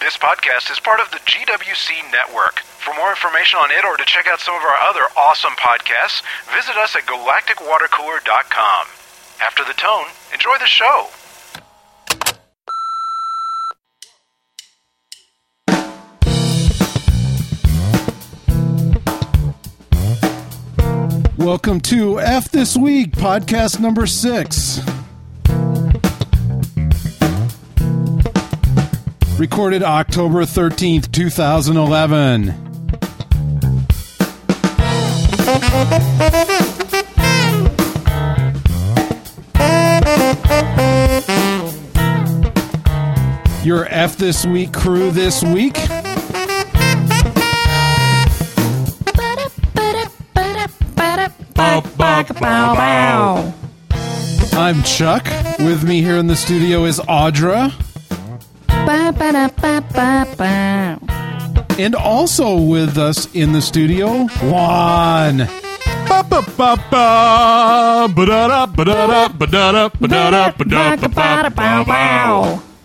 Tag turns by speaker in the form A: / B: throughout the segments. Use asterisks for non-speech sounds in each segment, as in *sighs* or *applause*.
A: This podcast is part of the GWC Network. For more information on it or to check out some of our other awesome podcasts, visit us at galacticwatercooler.com. After the tone, enjoy the show.
B: Welcome to F This Week, podcast number six. Recorded October 13th, 2011. Your F This Week crew this week I'm Chuck. With me here in the studio is Audra. And also with us in the studio, Juan.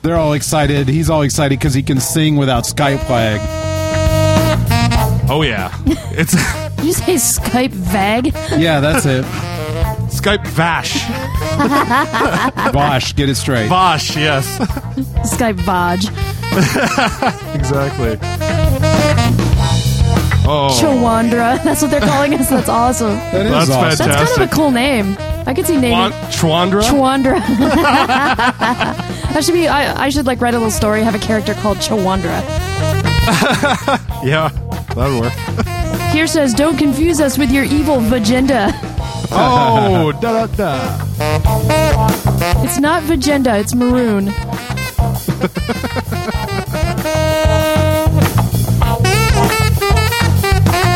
B: They're all excited. He's all excited because he can sing without Skype lag.
C: Oh yeah, it's *laughs*
D: Did you say Skype vag?
B: Yeah, that's
D: *laughs*
B: it.
C: Skype Vash
B: Bosh, get it straight.
C: Vash. Yes, *laughs*
D: Skype vaj.
C: exactly. Oh,
D: Chawandra. That's what they're calling us. That's awesome.
B: That is
C: That's
B: awesome.
D: That's kind of
C: Fantastic.
D: a cool name. I could see
C: Chwan-
D: naming
C: Chwandra.
D: Chawandra. I should be. I, I should like write a little story. Have a character called Chawandra.
C: Yeah, that'll work.
D: Here says, "Don't confuse us with your evil vagenda.
C: Oh, *laughs* da da da.
D: It's not vagenda. It's maroon."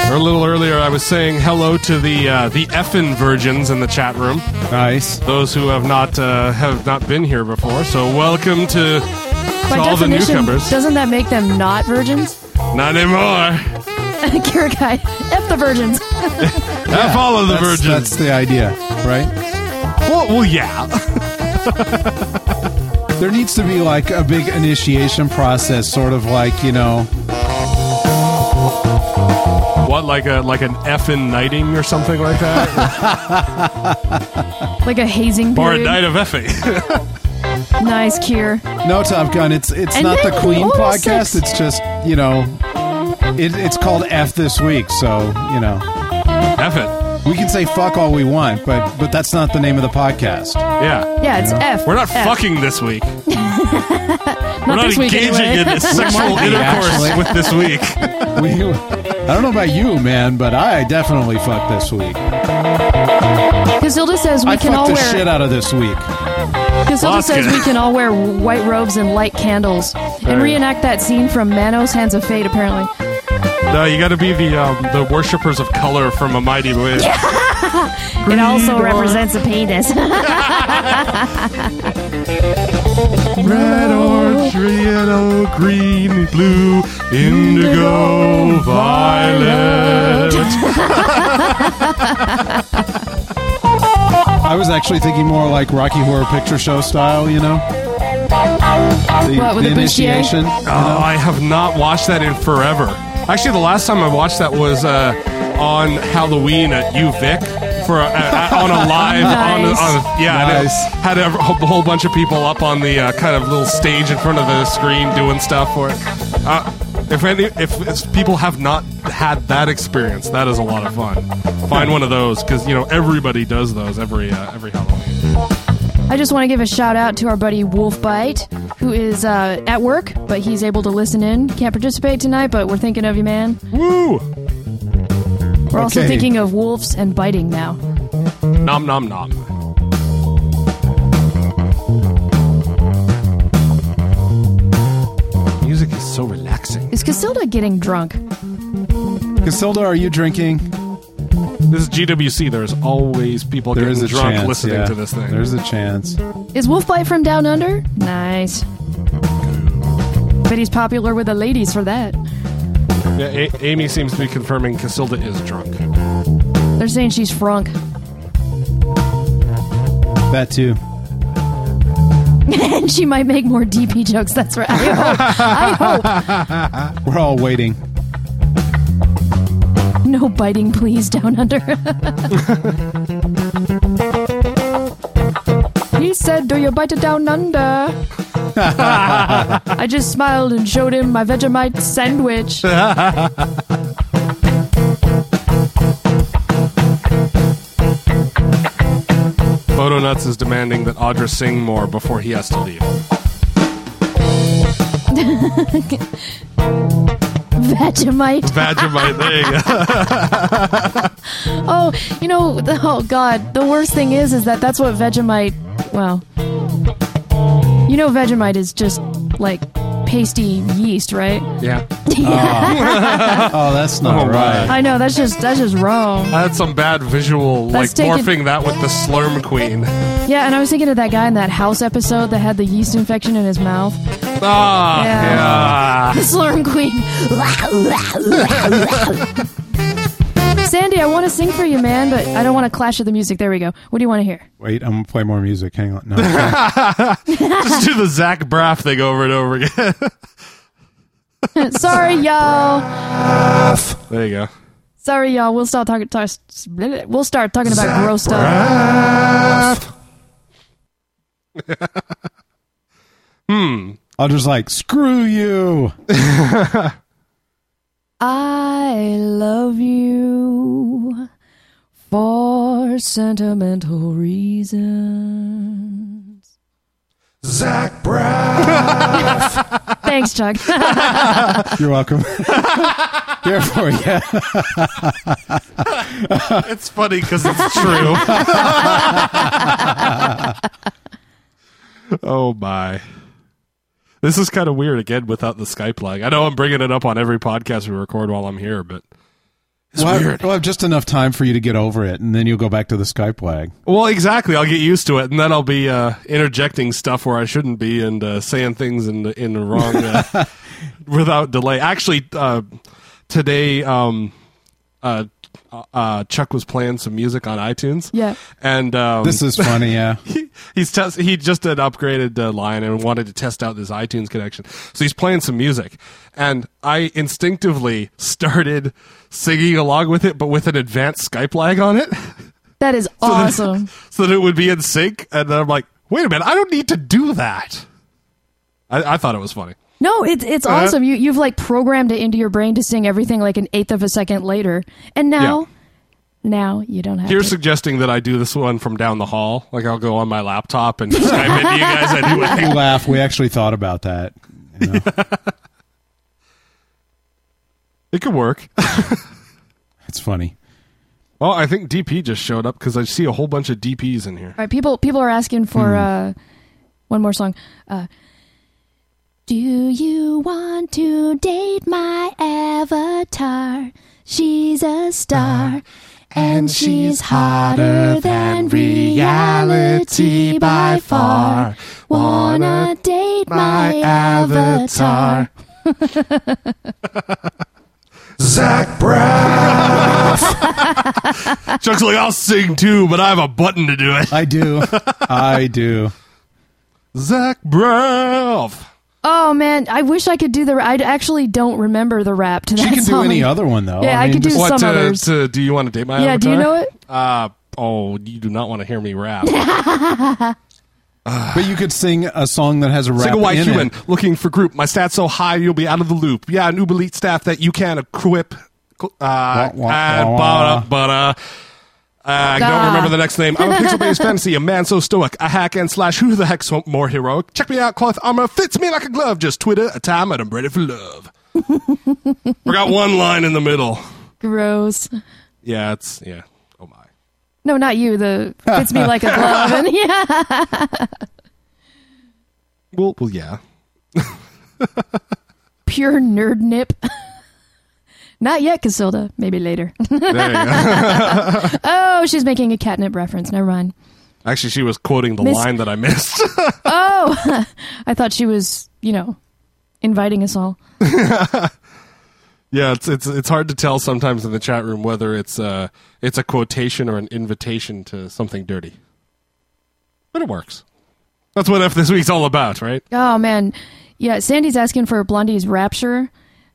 C: A little earlier, I was saying hello to the uh, the effin virgins in the chat room.
B: Nice.
C: Those who have not uh, have not been here before. So welcome to
D: By
C: To all the
D: definition,
C: newcomers.
D: doesn't that make them not virgins? *laughs*
C: not anymore.
D: Kirakai, f the virgins.
C: I follow the
B: That's,
C: virgins.
B: that's the idea, right?
C: well, well, yeah.
B: There needs to be like a big initiation process, sort of like, you know,
C: What like a like an effin knighting or something like that? *laughs*
D: Like a hazing
C: or a
D: period.
C: night of effing. *laughs*
D: Nice, Kier.
B: No, Top Gun. It's it's
D: And
B: not the
D: then
B: Queen
D: all the
B: podcast.
D: sex-
B: It's just you know, it, it's called F this week. So you know,
C: F it.
B: we can say fuck all we want, but but that's not the name of the podcast.
C: Yeah.
D: Yeah, it's F.
C: We're not
D: F.
C: fucking this week.
D: Not
C: We're not
D: this week,
C: engaging
D: anyway.
C: *laughs* in sexual
B: be, actually.
C: intercourse with this week.
B: We, I don't know about you, man, but I definitely fuck this week.
D: *laughs* Casilda says we
B: I
D: can all
B: fucked the
D: wear.
B: shit out of this week.
D: Casilda
C: Lost
D: says
C: it.
D: we can all wear white robes and light candles and reenact that scene from Manos Hands of Fate. Apparently,
C: No, you got to be the um, the worshippers of color from a mighty way.
D: it also represents a
C: *laughs*
D: penis.
C: Red, orange, yellow, green, blue, indigo, violet.
B: I was actually thinking more like Rocky Horror Picture Show style, you know. The,
D: What, with
B: the
D: the bustier?
B: initiation.
C: Oh, I have not watched that in forever. Actually, the last time I watched that was uh, on Halloween at UVic for a, a, on a live on, a,
D: Nice.
C: on a, yeah and it
B: Nice.
C: had a, wh- whole bunch of people up on the uh, kind of little stage in front of the screen doing stuff for it. Uh, if any if, if people have not had that experience, that is a lot of fun. Find one of those because you know everybody does those every uh, every Halloween.
D: *laughs* I just want to give a shout out to our buddy Wolfbite, who is uh, at work, but he's able to listen in. Can't participate tonight, but we're thinking of you, man.
C: Woo!
D: We're also
B: Okay.
D: thinking of wolves and biting now.
C: Nom nom nom. Music is so relaxing.
D: Is Casilda getting drunk?
B: Casilda, are you drinking?
C: This is GWC. There's always people
B: There is
C: getting
B: a
C: drunk
B: chance.
C: listening
B: yeah.
C: to this thing.
B: There's a chance.
D: Is Wolfbite from Down Under? Nice. But he's popular with the ladies for that.
C: yeah, A- Amy seems to be confirming Casilda is drunk.
D: They're saying she's frunk.
B: That too.
D: *laughs* and she might make more DP jokes. That's right. I hope. I
B: We're all waiting.
D: hope. No biting, please, down under. *laughs* he said, Do you bite it down under? I just smiled and showed him my Vegemite sandwich.
C: Photo Nuts is demanding that Audra sing more before he has to leave.
D: Vegemite.
C: Vegemite, there you
B: *laughs*
C: go.
D: Oh, you know, the- oh god, the worst thing is, is that that's what Vegemite. Well, you know, Vegemite is just like pasty yeast, right?
C: Yeah.
B: Oh, that's not
C: Oh,
B: right.
D: I know that's just that's just wrong.
C: *laughs* I had some bad visual,
D: Let's
C: like
D: take it-
C: morphing that with the Slurm Queen.
D: *laughs* Yeah, and I was thinking of that guy in that house episode that had the yeast infection in his mouth. *laughs*
C: Ah, yeah.
B: *laughs*
D: The Slurm Queen. *laughs* Sandy, I want to sing for you, man, but I don't want to clash with the music. There we go. What do you want to hear?
B: Wait, I'm gonna play more music. Hang on. No, I'm sorry.
C: Just do the Zach Braff thing over and over again.
D: Sorry, y'all.
C: there you go.
D: Sorry, y'all. We'll start talking. Talk, we'll start talking about gross stuff.
B: I'll just like screw you.
D: I love you for sentimental reasons.
C: Zach Braff.
D: Thanks, Chuck. *laughs*
B: You're welcome. *laughs* Here for you.
C: *laughs* It's funny because it's *laughs* true. oh my. This is kind of weird again without the Skype lag. I know I'm bringing it up on every podcast we record while I'm here, but it's
B: Well,
C: weird.
B: we'll have just enough time for you to get over it, and then you'll go back to the Skype lag.
C: Well, exactly. I'll get used to it, and then I'll be uh, interjecting stuff where I shouldn't be and uh, saying things in the, in the wrong uh, without delay. Actually, uh, today um, uh, uh, Chuck was playing some music on iTunes.
D: Yeah.
C: and um,
B: This is funny, yeah.
C: he- *laughs* he's test he just had upgraded uh, line and wanted to test out this iTunes connection. So he's playing some music, and I instinctively *laughs* started singing along with it, but with an advanced Skype lag on it, *laughs*
D: that is awesome.
C: so that it would be in sync. And then I'm like, wait a minute, I don't need to do that. I, I thought it was funny.
D: No, it's it's awesome. You you've like programmed it into your brain to sing everything like an eighth of a second later, and now
C: Yeah.
D: now you don't have.
C: You're
D: to.
C: suggesting that I do this one from down the hall. Like I'll go on my laptop and Skype into you guys anyway.
B: You laugh. We actually thought about that. you know.
C: It could work.
B: It's funny.
C: Well, I think DP just showed up because I see a whole bunch of DPs
D: *laughs*
C: in here.
D: All right, people people are asking for uh, one more song. Uh, Do you want to date my avatar? She's a star. Uh, And she's hotter than reality by far. Wanna date my avatar?
C: Zach Braff. Chuck's like, I'll sing too, but I have a button to do it.
B: I do. *laughs* I do.
C: Zach Braff.
D: Oh man, I wish I could do the. I actually don't remember the rap to that
B: She can do
D: song.
B: any other one though.
D: Yeah, I could do
B: just-
C: What
D: Some
C: to,
D: others.
C: to do you want to date my
D: Yeah, do
C: avatar?
D: you know it?
C: Uh, oh, you do not want to hear me rap.
B: But you could sing a song that has a rap
C: Single white
B: in
C: human
B: it.
C: looking for group. My stats so high you'll be out of the loop. Yeah, an Uber Elite staff that you can equip. Uh,
B: wah,
C: and
B: wah, wah.
C: bada, bada. Uh, I don't
D: Ah.
C: remember the next name. I'm a pixel-based fantasy, a man so stoic, a hack and slash. Who the heck's more heroic? Check me out, cloth armor fits me like a glove. Just Twitter a time, and I'm ready for love. Forgot one line in the middle.
D: Gross.
C: Yeah, it's yeah. Oh my.
D: No, not you. *laughs* The fits me like a glove. And yeah.
C: Well, well, yeah.
D: pure nerd nip. *laughs* Not yet, Casilda. Maybe later. *laughs*
C: There you go.
D: oh, she's making a catnip reference. Never
C: *laughs*
D: mind.
C: Actually, she was quoting the
D: Miss-
C: line that I missed.
D: Oh, *laughs* I thought she was, you know, inviting us all.
C: Yeah, it's it's it's hard to tell sometimes in the chat room whether it's uh it's a quotation or an invitation to something dirty. But it works. That's what F this week's all about, right?
D: Oh man, yeah. Sandy's asking for Blondie's Rapture,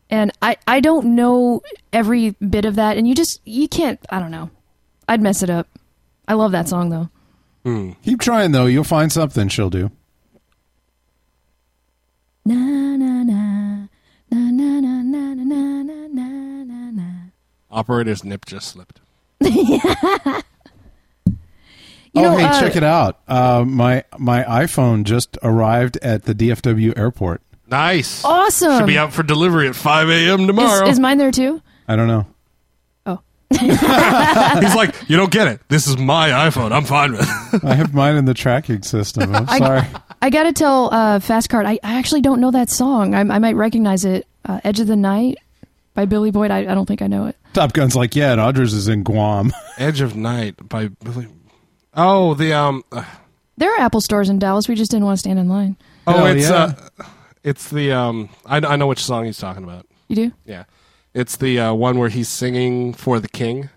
D: and I I don't know every bit of that, and you just you can't. I don't know. I'd mess it up. I love that song though.
B: Keep trying though. You'll find something she'll do.
D: Na na na na na na na na na na na na na.
C: Operator's nip just slipped.
D: You
B: oh,
D: know,
B: hey,
D: uh,
B: check it out. Uh, my my iPhone just arrived at the DFW airport.
C: Nice.
D: Awesome.
C: Should be out for delivery at 5 a.m. tomorrow.
D: Is, is mine there too? Oh.
B: I don't know.
C: He's like, you don't get it. This is my iPhone. I'm fine with it. *laughs*
B: I have mine in the tracking system. I'm
D: *laughs* I-
B: sorry.
D: I gotta tell uh, Fast Card, I, I actually don't know that song. I, I might recognize it. Uh, Edge of the Night by Billy Boyd. I, I don't think I know it.
B: Top Gun's like, yeah, and Audrey's is in Guam.
C: Edge of Night by Billy. Oh, the um. uh,
D: There are Apple stores in Dallas. We just didn't want to stand in line.
C: Oh,
B: Hell
C: it's
B: yeah.
C: uh, it's the um. I, I know which song he's talking about.
D: You do?
C: Yeah, it's the uh, one where he's singing for the king.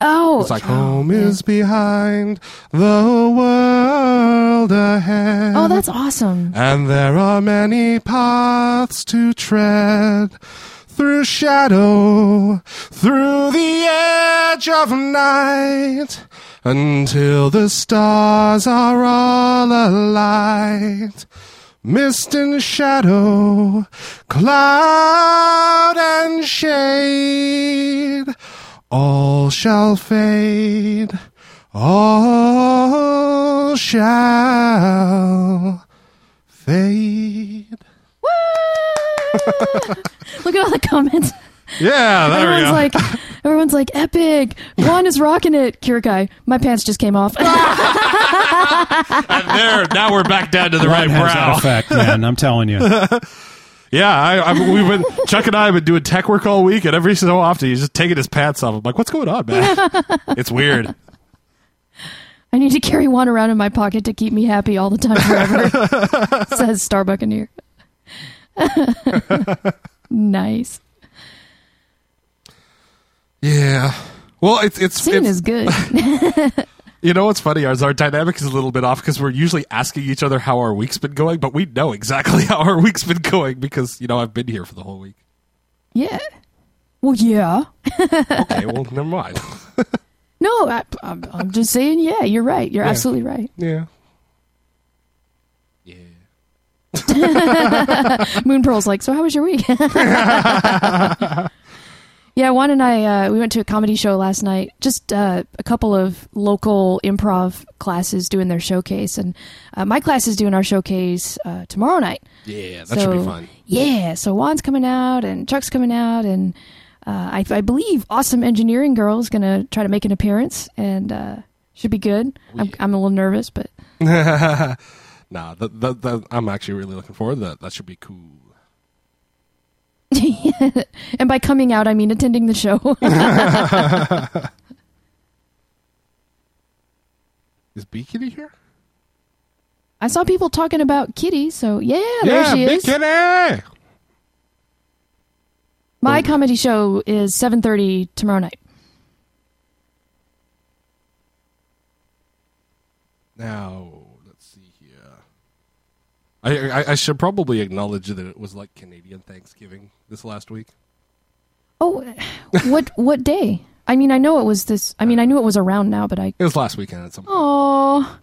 D: Oh,
C: It's like home is behind the world ahead.
D: oh, that's
C: *laughs*
D: awesome.
C: And there are many paths to tread through shadow, through the edge of night, until the stars are all alight. Mist and shadow, cloud and shade, all shall fade, all shall fade.
D: Look at all the comments.
C: Yeah, there we
D: everyone's
C: go.
D: like, everyone's like, epic. Juan is rocking it. Kirikai, my pants just came off.
C: And there, now we're back down to the
B: *laughs*
C: right
B: Guam has that
C: brow.
B: effect, man. I'm telling you.
C: Yeah, I, I, we've been Chuck and I have been doing tech work all week, and every so often he's just taking his pants off. I'm like, what's going
D: *laughs*
C: on, man? it's weird.
D: I need to carry one around in my pocket to keep me happy all the time forever. says Star Buccaneer. *laughs* nice.
C: Yeah. Well, it's it's,
D: Scene is
C: it's
D: good. *laughs*
C: you know what's funny is our dynamic is a little bit off because we're usually asking each other how our week's been going, but we know exactly *laughs* how our week's been going because you know I've been here for the whole week.
D: yeah. Well, yeah.
C: Okay, well,
D: *laughs*
C: never mind.
D: No, I, I'm, I'm just saying. Yeah, you're right. You're absolutely right.
C: Yeah. Yeah.
D: Moon Pearl's like, so how was your week? *laughs* yeah, Juan and I, uh, we went to a comedy show last night. Just uh, a couple of local improv classes doing their showcase, and uh, my class is doing our showcase uh, tomorrow night.
C: Yeah, that should be fun.
D: Yeah, so Juan's coming out and Chuck's coming out, and uh, I, I believe Awesome Engineering Girl is going to try to make an appearance and uh, should be good. I'm, I'm a little nervous, but
C: Nah, that, that, that, I'm actually really looking forward to that. That should be cool.
D: and by coming out, I mean attending the show. *laughs*
C: Is Bee Kitty here?
D: I saw people talking about Kitty, so yeah, Oh, there she
C: Bee
D: is.
C: Kitty!
D: My comedy show is 7:30 tomorrow night.
C: Now, let's see here. I, I, I should probably acknowledge that it was like Canadian Thanksgiving this last week.
D: Oh, *sighs* what what day? I mean, I know it was this. I mean, I knew it was around now, but I
C: It was last weekend at some point.
D: oh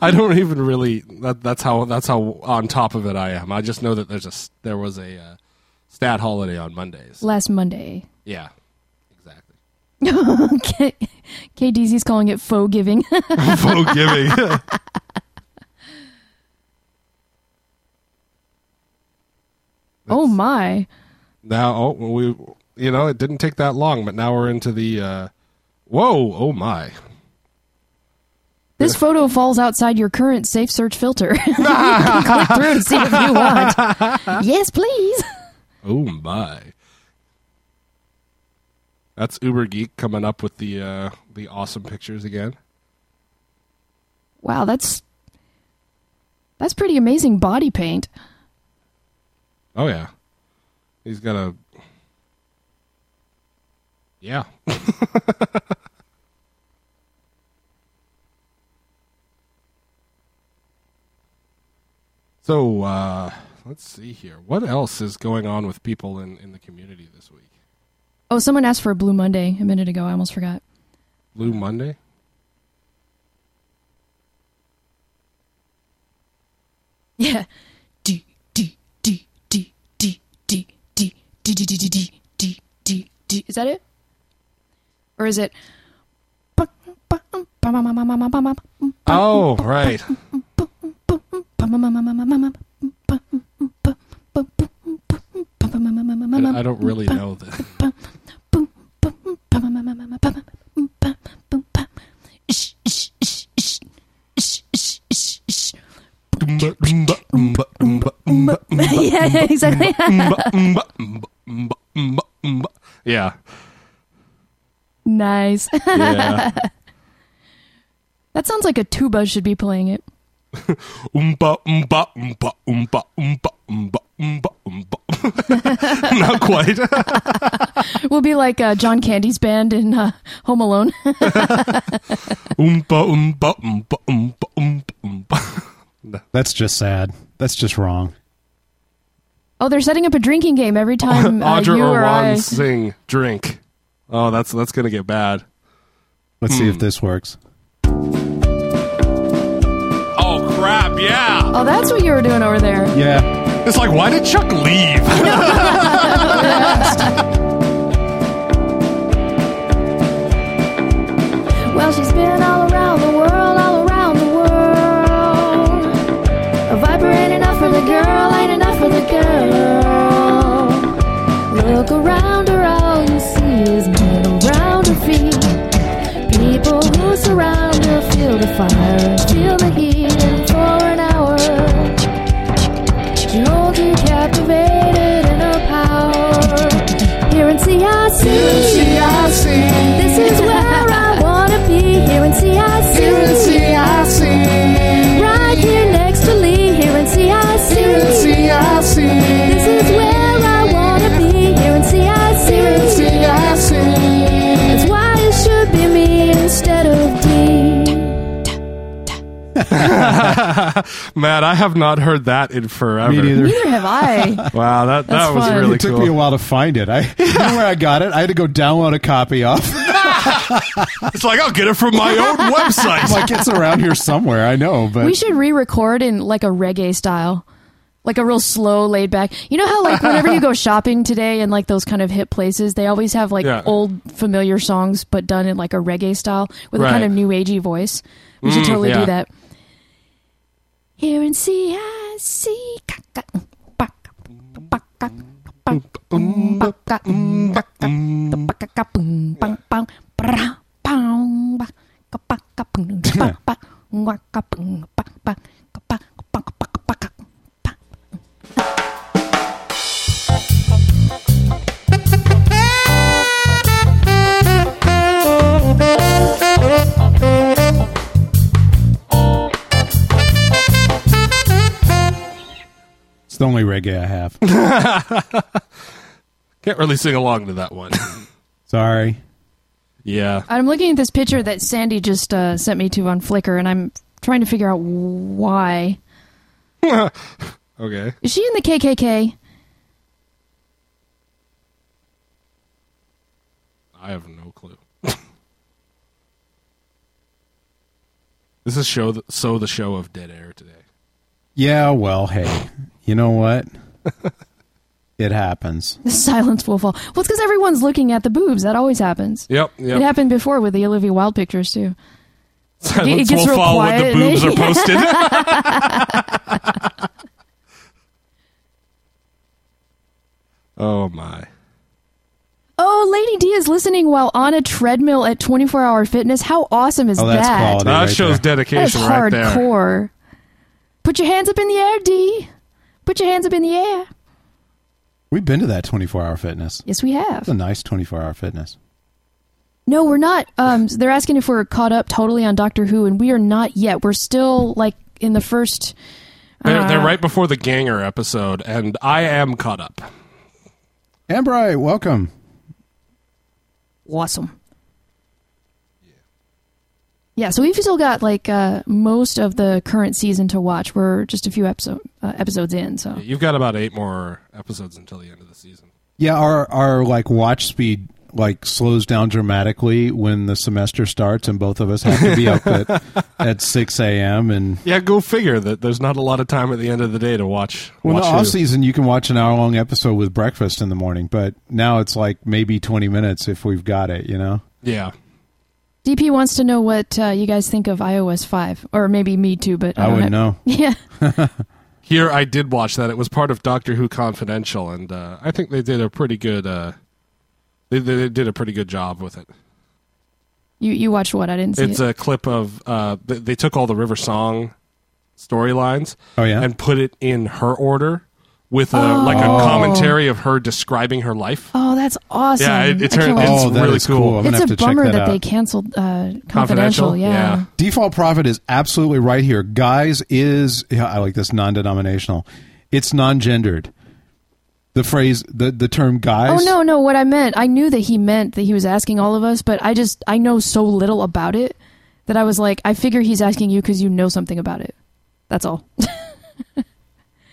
C: I don't even really. That, that's how. That's how on top of it I am. I just know that there's a. s- There was a uh, stat holiday on Mondays.
D: last Monday. *laughs*
C: yeah, exactly. *laughs*
D: K- KDZ's calling it faux giving. *laughs*
C: Faux giving.
D: oh my!
C: now oh well, we you know it didn't take that long but now we're into the uh whoa oh my
D: This photo falls outside your current safe search filter. *laughs* you can click through and see if you want. *laughs* yes, please.
C: oh my that's uber geek coming up with the uh the awesome pictures again
D: Wow, that's that's pretty amazing body paint.
C: oh yeah he's got a yeah *laughs* So uh, let's see here. What else is going on with people in, in the community this week?
D: Oh, someone asked for a Blue Monday a minute ago. I almost forgot.
C: Blue Monday?
D: Yeah. *laughs* D D D D D D D D D D D D D D D. Is that it? Or is it? um,
C: Oh, right. I, I don't really know the
D: *laughs*
C: *laughs*
D: yeah, exactly.
C: Yeah.
D: nice.
C: Yeah.
D: That sounds like a tuba should be playing it.
C: Oompa, oompa, oompa, oompa, oompa, oompa, oompa, oompa. *laughs* Not quite.
D: We'll be like uh, John Candy's band in uh, Home Alone. *laughs*
C: Oompa, oompa, oompa, oompa, oompa, oompa.
B: That's just sad. That's just wrong.
D: oh, they're setting up a drinking game every time
C: *laughs*
D: uh,
C: Audra
D: you or I.
C: Orwan sing drink. Oh, that's that's gonna get bad.
B: Let's see if this works.
C: Oh crap! Yeah,
D: Oh, that's what you were doing over there.
B: Yeah.
C: it's like why did Chuck leave? *laughs*
D: Well, she's been all around the world, all around the world. A viper ain't enough for the girl, ain't enough for the girl. Look around her, all you see is men around her feet. People who surround her feel the fire and feel the heat, and for an hour, she holds you captivated in her power. Here and see, I see. This is where I wanna be. Here and see I see. Here and see I see. Right here next to Lee. Here and see I see. Here and see I see. This is where I wanna be. Here and see I see. Here and see I see. That's why it should be me instead of D.
C: Matt, I have not heard that in forever.
B: Me neither.
D: Neither have I.
C: Wow, that
D: That's
C: that was
D: fun.
C: really
B: It took
C: cool.
B: me a while to find it. I *laughs* you know where I got it. I had to go download a copy off. *laughs*
C: it's like I'll get it from my own website.
B: like it's around here somewhere. I know, but
D: We should re-record in like a reggae style. Like a real slow, laid back. You know how like whenever you go shopping today in like those kind of hip places, they always have like
C: Yeah.
D: old familiar songs, but done in like a reggae style with a kind
C: Right.
D: of new agey voice. We should
C: Mm,
D: totally
C: yeah.
D: do that. Here and see, I see. Ka- ka- ba- ba- ka- ba-
B: "Mm,
D: ba- ka- ba- ka- ba- ka- ka- boom, bang, bang, bra- bang, ba- ka- ba- ka- boom, ba- ba- wa- ka- boom, ba- ba- ka- ba- ka- ba- ka- ba- ka- ba- ka- ba-
B: it's the only reggae I have.
C: Can't really sing along to that one.
B: Sorry.
C: yeah.
D: I'm looking at this picture that Sandy just uh, sent me to on Flickr, and I'm trying to figure out why.
C: Okay.
D: Is she in the KKK?
C: I have no clue. *laughs* this is show the, so the show of dead air today.
B: Yeah, well, hey. You know what? it happens.
D: The silence will fall. Well, it's because everyone's looking at the boobs. That always happens.
C: Yep. Yep.
D: It happened before with the Olivia Wilde pictures too.
C: Silence
D: It gets
C: will
D: real
C: fall
D: quiet
C: when
D: and
C: the boobs
D: then-
C: are
D: *laughs*
C: posted. *laughs* oh my.
D: Oh, Lady D is listening while on a treadmill at 24 Hour Fitness. How awesome is
B: Oh, that's
D: that?
B: quality.
C: That
B: right
C: shows
B: there.
D: That is
C: dedication right there.
D: hardcore. Put your hands up in the air, D. Put your hands up in the air.
B: We've been to that 24-hour fitness.
D: Yes, we
B: It's a
D: have.
B: nice 24-hour fitness.
D: No, we're not. Um, they're asking if we're caught up totally on Doctor Who, and we are not yet. We're still like in the first.
C: They're,
D: Uh-huh.
C: they're right before the Ganger episode, and I am caught up.
B: Ambrite, welcome.
D: Awesome. Yeah, so we've still got like uh, most of the current season to watch. We're just a few episode, uh, episodes in, so
C: You've got about eight more episodes until the end of the season.
B: Yeah, our our like watch speed like slows down dramatically when the semester starts, and both of us have to be up at *laughs* at six a.m. and
C: Yeah, go figure that there's not a lot of time at the end of the day to watch.
B: Well, in
C: watch
B: the off
C: Hulu.
B: season, you can watch an hour long episode with breakfast in the morning, but now it's like maybe 20 minutes if we've got it, you know?
C: Yeah.
D: DP wants to know what uh, you guys think of iOS five, or maybe me too, but
B: I
D: don't
B: wouldn't
D: have-
B: know.
D: *laughs* Yeah,
C: Here I did watch that. It was part of Doctor Who Confidential, and uh, I think they did a pretty good. Uh, they, they did a pretty good job with it.
D: you you watched what? I didn't see
C: it's
D: it.
C: a clip of uh, th- they took all the River Song storylines,
B: Oh, yeah?
C: and put it in her order with a, like a
D: Oh.
C: commentary of her describing her life.
D: oh, that's awesome!
C: Yeah, it, it
D: I can't
C: turned.
D: wait.
C: It's
B: Oh, that
C: really
B: is cool. I'm gonna
D: it's
B: have to
D: a
B: check
D: bummer
B: that
D: that, they
B: out.
D: canceled uh, confidential.
C: Confidential?
D: Yeah.
C: Yeah.
B: Default profit is absolutely right here. Guys is, yeah, I like this non denominational, it's non gendered. The phrase, the, the term
D: Oh
B: guys.
D: no, no! What I meant, I knew that he meant that he was asking all of us, but I just I know so little about it that I was like, I figure he's asking you because you know something about it. That's all. *laughs*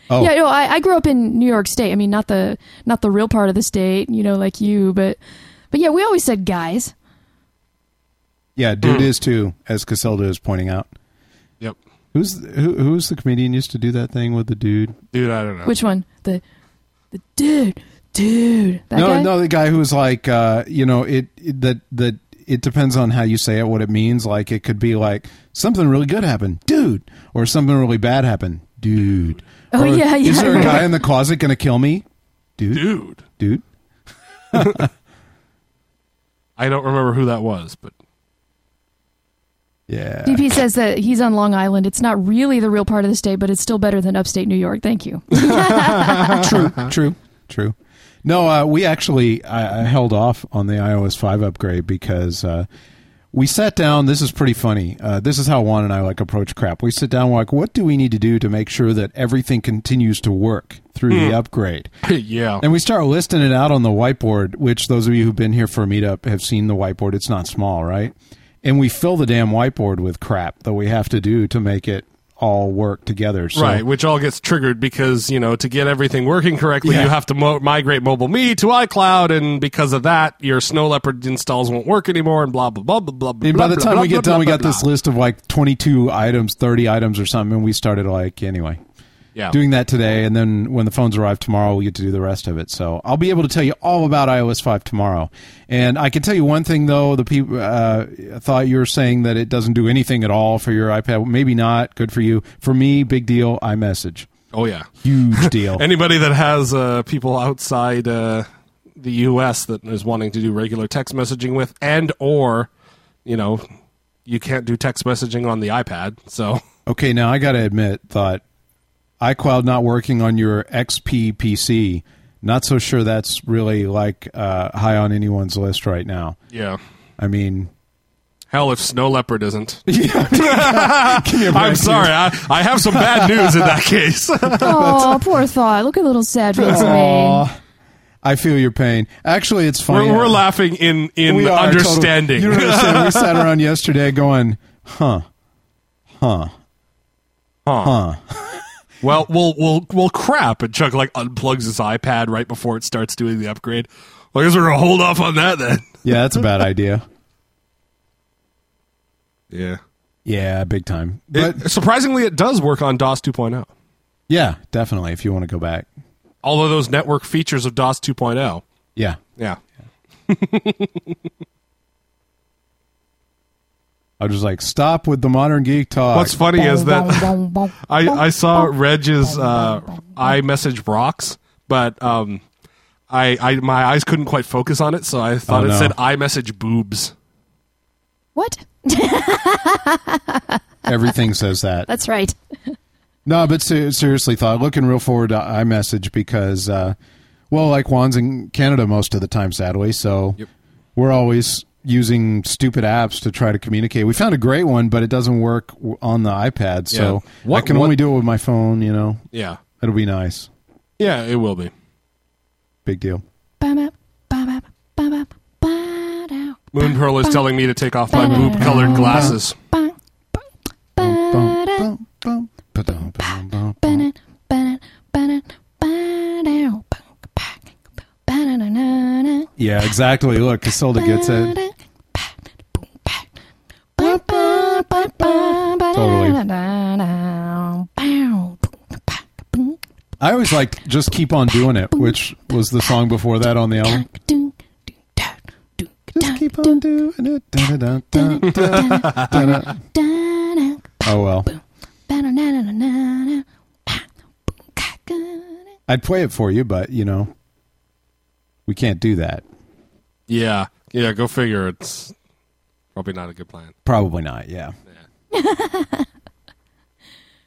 B: Oh,
D: Yeah, no, I, I grew up in New York State. I mean, not the not the real part of the state, you know, like you, but but yeah, we always said guys.
B: yeah, dude
D: Hmm.
B: is too, as Casilda is pointing out.
C: Yep,
B: Who's who, who's the comedian used to do that thing with the dude?
C: dude, I don't know.
D: Which one? The the dude, dude. That
B: no,
D: guy?
B: no, the guy who was like, uh, you know, it, it that that it depends on how you say it, what it means. Like it could be like something really good happened, dude, or something really bad happened, dude.
D: Oh,
B: Or,
D: yeah, yeah,
B: Is there
D: I
B: a guy in the closet gonna kill me, dude? Dude.
C: dude, I don't remember who that was, but *laughs*
B: Yeah.
D: DP says that he's on Long Island. It's not really the real part of the state, but it's still better than upstate New York.
B: *laughs*
D: Thank you.
B: true. True. True. No, uh, we actually I, I held off on the iOS five upgrade because uh, we sat down. This is pretty funny. Uh, this is how Juan and I like approach crap. We sit down. We're like, what do we need to do to make sure that everything continues to work through the upgrade?
C: yeah,
B: And we start listing it out on the whiteboard, which those of you who've been here for a meetup have seen the whiteboard. It's not small, right? And we fill the damn whiteboard with crap that we have to do to make it all work together. So,
C: right. Which all gets triggered because you know to get everything working correctly,
B: Yeah.
C: you have to mo- migrate Mobile Me to iCloud, and because of that, your Snow Leopard installs won't work anymore, and blah blah blah blah blah.
B: And
C: blah,
B: by the
C: blah,
B: time
C: blah,
B: we get
C: blah,
B: done, we
C: blah,
B: got this
C: blah.
B: list of like 22 items, 30 items or something. And we started like, anyway,
C: Yeah.
B: doing that today. And then when the phones arrive tomorrow, we get to do the rest of it. So I'll be able to tell you all about iOS 5 tomorrow. And I can tell you one thing, though. The people uh, thought you were saying that it doesn't do anything at all for your iPad. Maybe not. Good for you. For me, big deal. iMessage.
C: oh yeah.
B: Huge deal.
C: *laughs* Anybody that has uh, people outside uh, the U.S. that is wanting to do regular text messaging with, and or you know, you can't do text messaging on the iPad, so
B: Okay, now I got to admit, thought iCloud not working on your XP PC. Not so sure that's really like uh, high on anyone's list right now.
C: yeah.
B: I mean, *laughs*
C: Hell, if Snow Leopard isn't,
B: give me a
C: I'm
B: break,
C: sorry. I, I have some bad news in that case. *laughs*
D: oh, poor thought. Look at little sad face of
B: dude.
D: me.
B: Aw, I feel your pain. Actually, it's funny. Uh,
C: we're, we're laughing in in
B: We are total-
C: understanding.
B: you don't understand. we sat around yesterday going, "Huh, huh."
C: *laughs* well, we'll we'll we'll crap. And Chuck like unplugs his iPad right before it starts doing the upgrade. Well, I guess we're gonna hold off on that then.
B: Yeah, that's a bad idea.
C: Yeah.
B: Yeah, big time. But
C: It, surprisingly, it does work on DOS oh. 2.0.
B: yeah, definitely. If you want to go back,
C: all of those network features of DOS oh. 2.0.
B: yeah.
C: Yeah.
B: I was just like, stop with the modern geek talk.
C: What's funny is that
D: Boom, boom, boom.
C: I, I saw Reg's uh, iMessage rocks, but um, I, I my eyes couldn't quite focus on it, so I thought
B: Oh,
C: it
B: no.
C: said iMessage boobs.
D: What?
B: Everything says that.
D: That's right.
B: No, but ser- seriously, thought looking real forward to iMessage because, uh, well, like Juan's in Canada most of the time, sadly. So
C: Yep.
B: we're always using stupid apps to try to communicate. We found a great one, but it doesn't work w- on the iPad. So
C: Yeah. What-
B: I can
C: what-
B: only do it with my phone. You know,
C: Yeah.
B: it'll be nice.
C: Yeah, it will be.
B: Big deal.
D: Ba-bap, ba-bap, ba-bap, ba-dow.
C: Moon Pearl is telling me to take off my boob colored glasses.
D: Bang, bang, ba-da,
B: Bum, bum, ba-dum, ba-dum, bum, bum.
D: ba-da, ba-da, ba-da, ba-da, bang, bang, ba-da-da-da-da.
B: Yeah, exactly. Look, Casilda gets it.
D: Totally.
B: I always like just keep on doing it, which was the song before that on the album. Just keep on doing it. Dun, dun, dun, dun, dun, dun. Oh well, I'd play it for you, but you know, we can't do that.
C: Yeah, yeah. Go figure. It's probably not a good plan.
B: Probably not. Yeah.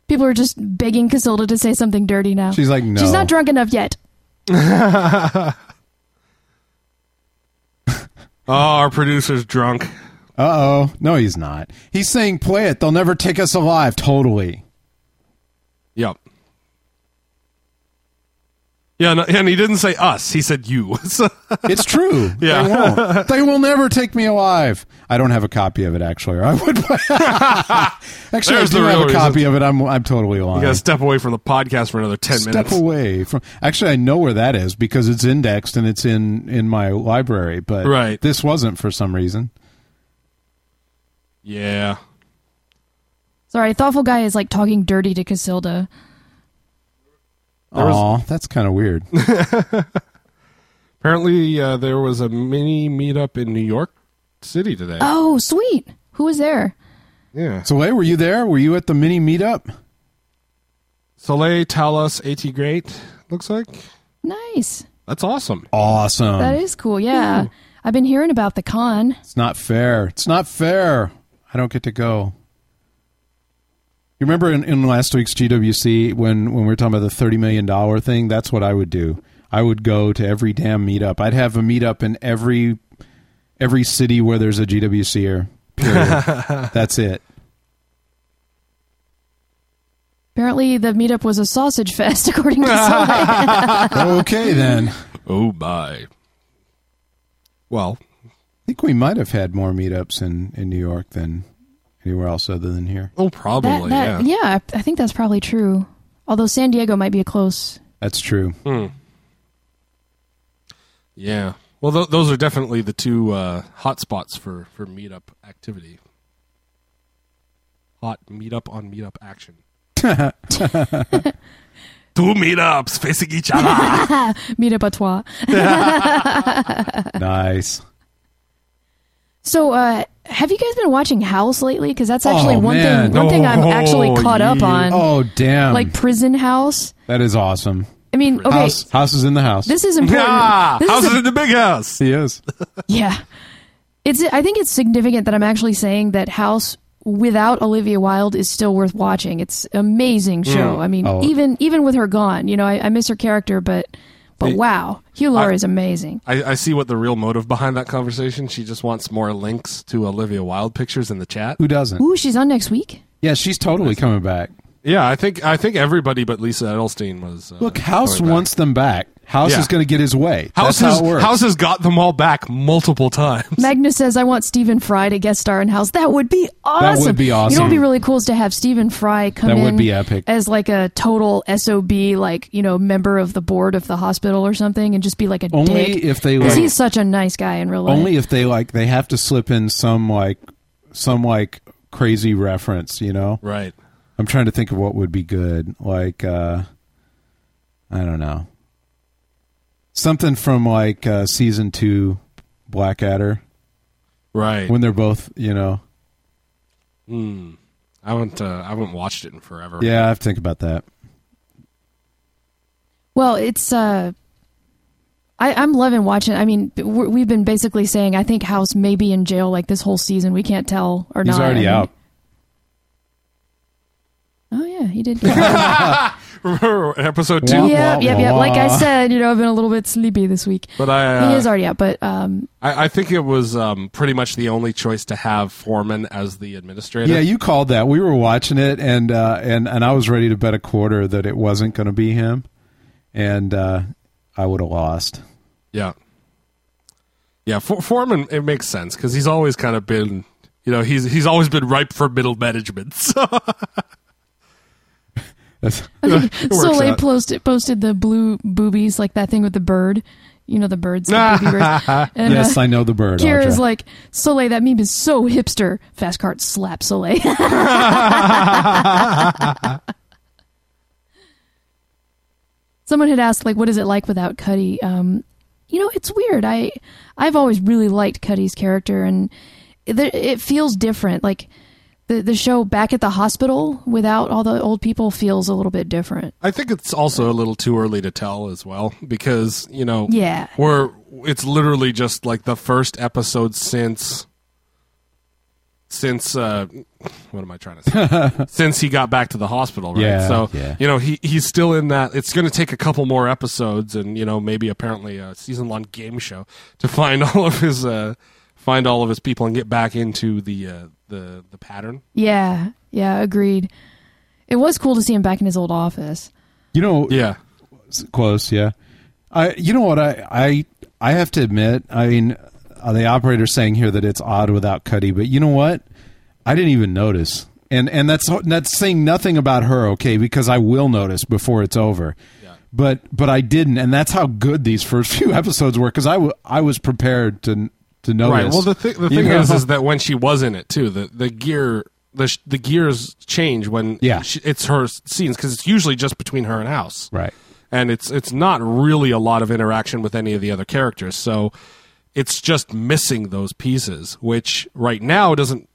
D: People are just begging Casilda to say something dirty now.
B: She's like, no.
D: She's not drunk enough yet.
C: Oh, our producer's drunk.
B: Uh oh. No, he's not. He's saying, play it. They'll never take us alive. Totally.
C: Yep. Yeah, no, and he didn't say us. He said you. *laughs* So-
B: It's true.
C: *laughs* Yeah.
B: *laughs* They won't. They will never take me alive. I don't have a copy of it, actually. Or I would *laughs* play Actually,
C: There's
B: I
C: the
B: do
C: real
B: have a
C: reason.
B: copy of it. I'm, I'm totally lying.
C: you gotta step away from the podcast for another ten
B: Step
C: minutes.
B: away from. Actually, I know where that is because it's indexed and it's in, in my library, but
C: Right.
B: this wasn't for some reason.
C: Yeah.
D: Sorry, thoughtful guy is like talking dirty to Casilda.
C: There was-
B: Aw, that's kind of weird.
C: Apparently, uh, there was a mini meetup in New York City today.
D: Oh, sweet. Who was there?
C: Yeah.
B: so, hey, were you there? Were you at the mini meetup?
C: Soleil Talos AT Great, looks like.
D: Nice.
C: That's awesome.
B: Awesome.
D: That is cool. Yeah. I've been hearing about the con.
B: It's not fair. It's not fair. I don't get to go. You remember in, in last week's GWC when, when we were talking about the thirty million dollar thing? That's what I would do. I would go to every damn meetup. I'd have a meetup in every every city where there's a GWCer.
D: *laughs*
B: Period. That's it.
D: Apparently, the meetup was a sausage fest, *laughs* according
B: *laughs*
D: to someone.
B: Okay then. I
C: Oh, my. Well,
B: think we might have had more meetups in, in New York than anywhere else other than here.
C: oh, probably,
D: That- that-
C: yeah.
D: I I think that's probably true. Although San Diego might be a close.
B: That's true.
C: Yeah. Well, th- those are definitely the two uh, hot spots for, for meetup activity. Hot meetup on meetup action. *laughs* two meetups facing each *laughs* other.
D: Meetup à toi.
B: Nice.
D: So, uh, have you guys been watching House lately? Because that's actually
B: Oh,
D: one
B: man.
D: thing. One thing I'm
C: Oh,
D: actually caught up
C: yeah.
D: on,
B: Oh damn.
D: like Prison House.
B: that is awesome.
D: I mean, okay,
B: House house is in the house.
D: this is important.
C: yeah.
D: This
C: Houses
D: is a-
C: in the big house.
B: he is.
D: yeah. It's. I think it's significant that I'm actually saying that House without Olivia Wilde is still worth watching. It's an amazing show. I mean,
B: Oh.
D: even even with her gone, you know, I, I miss her character, but but wow, Hugh Laurie is amazing.
C: I, I see what the real motive behind that conversation. She just wants more links to Olivia Wilde pictures in the chat.
B: Who doesn't?
D: Ooh, she's on next week.
B: Yeah, she's totally coming back.
C: Yeah, I think I think everybody but Lisa Edelstein was. Uh,
B: Look, House
C: going back.
B: wants them back. House
C: Yeah.
B: is going to get his way.
C: House
B: That's how
C: has,
B: it works.
C: House has got them all back multiple times.
D: Magnus says, "I want Stephen Fry to guest star in House. That would be awesome.
B: be
D: You know,
B: awesome.
D: what would be really cool is to have Stephen Fry come
B: That
D: in
B: would be epic.
D: as like a total sob, like you know, member of the board of the hospital or something, and just be like a
B: only
D: dick.
B: if they
D: because
B: like.
D: he's such a nice guy in real life.
B: Only if they like. They have to slip in some like, some like crazy reference. You know,
C: Right.
B: I'm trying to think of what would be good. Like, uh I don't know, something from like uh season two, Blackadder,
C: Right.
B: when they're both. You know,
C: I haven't uh, I haven't watched it in forever.
B: yeah, I have to think about that.
D: Well, it's uh, I, I'm loving watching. I mean, we're, we've been basically saying I think House may be in jail like this whole season. We can't tell or
B: He's
D: not. I
B: already
D: mean-
B: out.
D: Oh yeah,
B: *laughs*
D: he did. *laughs* get out.
C: *laughs* Remember episode two.
B: Wah,
D: yep,
B: wah,
D: yep, yep.
B: wah.
D: Like I said, you know, I've been a little bit sleepy this week.
C: But I,
D: he
C: uh,
D: is already out, but um,
C: I I think it was um, pretty much the only choice to have Foreman as the administrator.
B: Yeah, you called that. We were watching it, and uh, and and I was ready to bet a quarter that it wasn't going to be *laughs* him, and uh, I would have lost.
C: yeah. Yeah, for, Foreman it makes sense because he's always kind of been, you know, he's he's always been ripe for middle management. *laughs* So
B: That's,
D: Soleil
C: out.
D: posted posted the blue boobies like that thing with the bird. You know the birds. The booby birds. And,
B: yes,
D: uh,
B: I know the bird.
D: Kira's
B: Audra.
D: like Soleil. That meme is so hipster. Fast cart slap Soleil. *laughs* Someone had asked like, "What is it like without Cuddy?" Um, you know, it's weird. I I've always really liked Cuddy's character, and it, it feels different. Like the the show back at the hospital without all the old people feels a little bit different.
C: I think it's also a little too early to tell as well because you know,
D: Yeah.
C: we're it's literally just like the first episode since since uh what am I trying to say? since he got back to the hospital, right?
B: Yeah,
C: so
B: yeah.
C: you know he he's still in that. It's going to take a couple more episodes and you know maybe apparently a season long game show to find *laughs* all of his uh find all of his people and get back into the uh, the the pattern.
D: Yeah, yeah, agreed. It was cool to see him back in his old office. *laughs*
B: you know,
C: Yeah.
B: It's close yeah i you know what i i i have to admit i mean uh, the operator's saying here that it's odd without cuddy but you know what i didn't even notice and and that's that's saying nothing about her okay because i will notice before it's over but but i didn't and that's how good these first few *laughs* episodes were because I wa- I was prepared to to notice
C: Right. Well, the, thi- the
B: You
C: thing
B: know?
C: is, is that when she was in it too, the the gear the sh- the gears change when
B: Yeah.
C: she, it's her s- scenes because it's usually just between her and House,
B: right
C: and it's it's not really a lot of interaction with any of the other characters, so it's just missing those pieces, which right now doesn't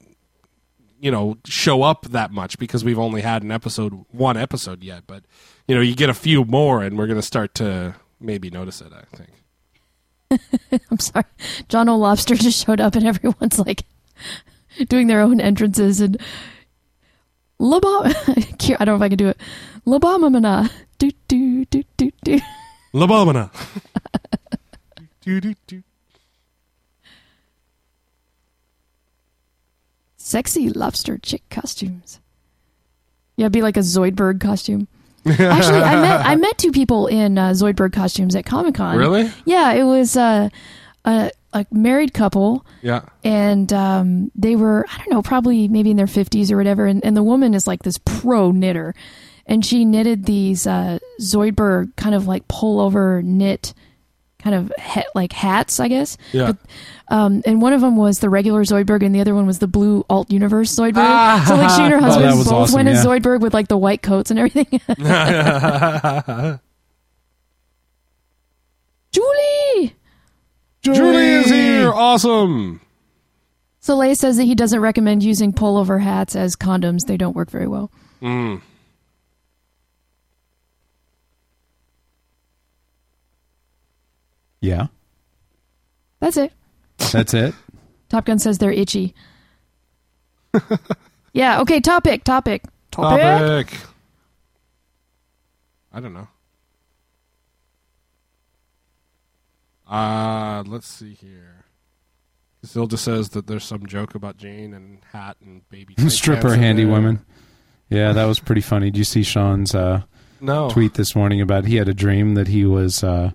C: you know show up that much because we've only had an episode one episode yet, but you know you get a few more, and we're gonna start to maybe notice it. I think.
D: I'm sorry. John O. Lobster *laughs* just showed up and everyone's like *laughs* doing their own entrances and Labama *laughs* I don't know if I can do it. Labama Do do do do do.
C: Labomina. *laughs* do, do, do.
D: Sexy lobster chick costumes. Yeah, it'd be like a Zoidberg costume. Actually, I met I met two people in uh, Zoidberg costumes at Comic Con.
C: Really?
D: Yeah, it was uh, a a married couple
C: Yeah.
D: and um, they were i don't know probably maybe in their 50s or whatever and, and the woman is like this pro knitter and she knitted these uh, zoidberg kind of like pullover knit kind of ha- like hats i guess
C: Yeah.
D: But, um, and one of them was the regular zoidberg and the other one was the blue alt universe zoidberg so like she and her
B: *laughs*
D: husband
B: Ah! that was
D: both
B: awesome,
D: went
B: yeah.
D: as zoidberg with like the white coats and everything
B: *laughs*
D: *laughs* julie
C: Julie is here. Awesome.
D: soleil says that he doesn't recommend using pullover hats as condoms they don't work very well
B: *laughs* yeah
D: that's it
B: that's
C: *laughs*
B: it
D: Top Gun says they're itchy. yeah, okay, topic, topic.
C: Topic. I don't know. Uh, let's see here. Zilda says that there's some joke about Jane and hat and
B: *laughs*
C: baby tight
B: stripper
C: pants in
B: handy
C: there.
B: women yeah that was pretty funny do you see sean's uh
C: No.
B: tweet this morning about he had a dream that he was uh,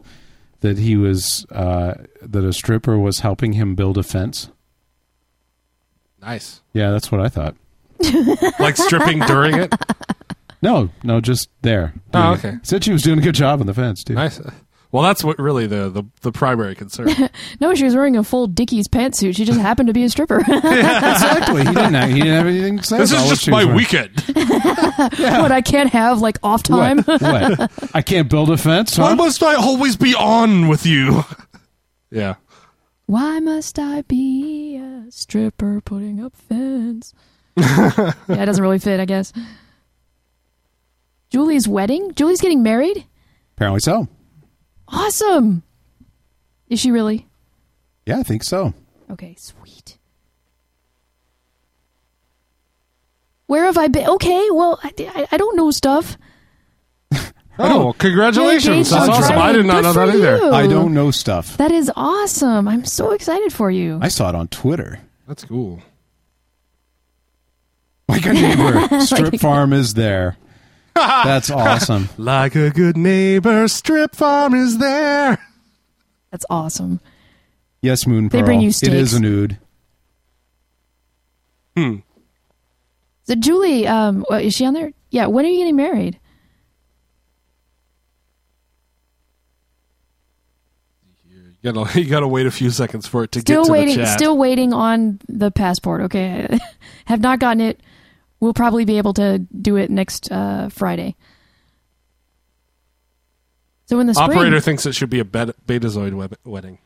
B: that he was uh, that a stripper was helping him build a fence.
C: Nice.
B: Yeah, that's what I thought.
C: Like stripping
B: *laughs*
C: during it.
B: No, no, just there.
C: Oh,
B: Doing it.
C: okay.
B: Said she was doing a good job on the fence too.
C: Nice. Well, that's what really the the, the primary
B: *laughs*
C: concern.
D: No, she was wearing a full Dickies pantsuit. She just happened to be a stripper. *laughs*
B: Exactly. He didn't. Have, he didn't have anything to say.
C: this
B: about
C: is
B: what
C: just
B: she was
C: my
B: wearing.
C: weekend.
D: but I can't have like off time.
B: What? *laughs* what? I can't build a fence.
C: Why
B: Huh?
C: must I always be on with you? *laughs* yeah.
D: Why must I be a stripper putting up fence? yeah, it doesn't really fit, I guess. Julie's wedding? Julie's getting married?
B: Apparently so.
D: Awesome. Is she really?
B: Yeah, I think so.
D: Okay, sweet. Where have I been? Okay, well, I, I, I don't know stuff.
C: Oh, congratulations!
D: Engaged
C: That's
D: on
C: awesome.
D: Friday.
C: I did not
D: Good
C: know
D: for
C: that either.
D: you.
B: I don't know stuff.
D: That is awesome. I'm so excited for you.
B: I saw it on Twitter. *laughs*
C: That's cool.
D: *laughs*
B: Like a neighbor, strip farm is
C: *laughs*
B: there. That's awesome.
C: Like a good neighbor, Strip Farm is there.
D: That's awesome.
B: Yes, Moon
D: They
B: Pearl.
D: bring you
B: it
D: steaks.
B: is a nude.
D: So Julie, um, what, is she on there? Yeah. When are you getting married?
C: You gotta, *laughs* you gotta wait a few seconds for it to
D: Still
C: get to
D: waiting.
C: the chat.
D: Still waiting on the passport. Okay, *laughs* have not gotten it. We'll probably be able to do it next uh, Friday. So in the spring,
C: Operator thinks it should be a beta, betazoid web- wedding.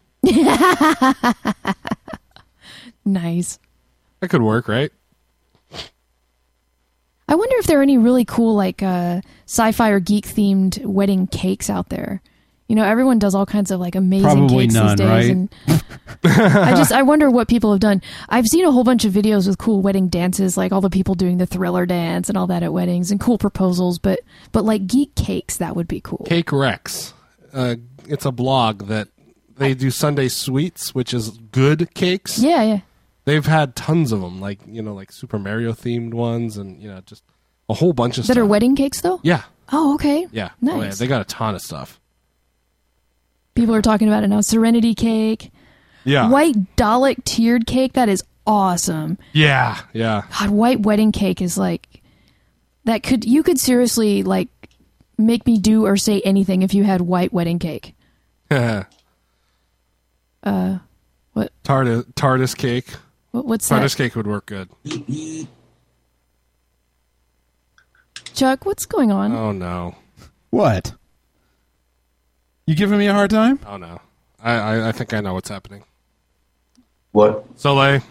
D: nice.
C: That could work, right?
D: I wonder if there are any really cool like uh, sci-fi or geek themed wedding cakes out there. You know, everyone does all kinds of like amazing
B: Probably
D: cakes
B: none,
D: these days.
B: right?
D: And I just I wonder what people have done. I've seen a whole bunch of videos with cool wedding dances, like all the people doing the thriller dance and all that at weddings, and cool proposals. But but like geek cakes, that would be cool.
C: Cake Rex. Uh, it's a blog that they do Sunday sweets, which is good cakes.
D: Yeah, yeah.
C: They've had tons of them, like you know, like Super Mario themed ones, and you know, just a whole bunch of
D: That
C: stuff.
D: are wedding cakes though.
C: yeah,
D: Oh, okay.
C: yeah,
D: Nice.
C: Oh, yeah, They got a ton of stuff.
D: people are talking about it now. Serenity cake,
C: Yeah,
D: white Dalek tiered cake. That is awesome.
C: Yeah, yeah.
D: God, white wedding cake is like that could you could seriously like make me do or say anything if you had white wedding cake.
C: uh,
D: Uh, what-
C: Tardis, Tardis cake.
D: What, what's
C: Tardis
D: that?
C: cake would work good.
D: Chuck, what's going on?
C: Oh no,
B: What? You giving me a hard time?
C: oh no. I, I, I think I know what's happening.
E: What
C: Soleil,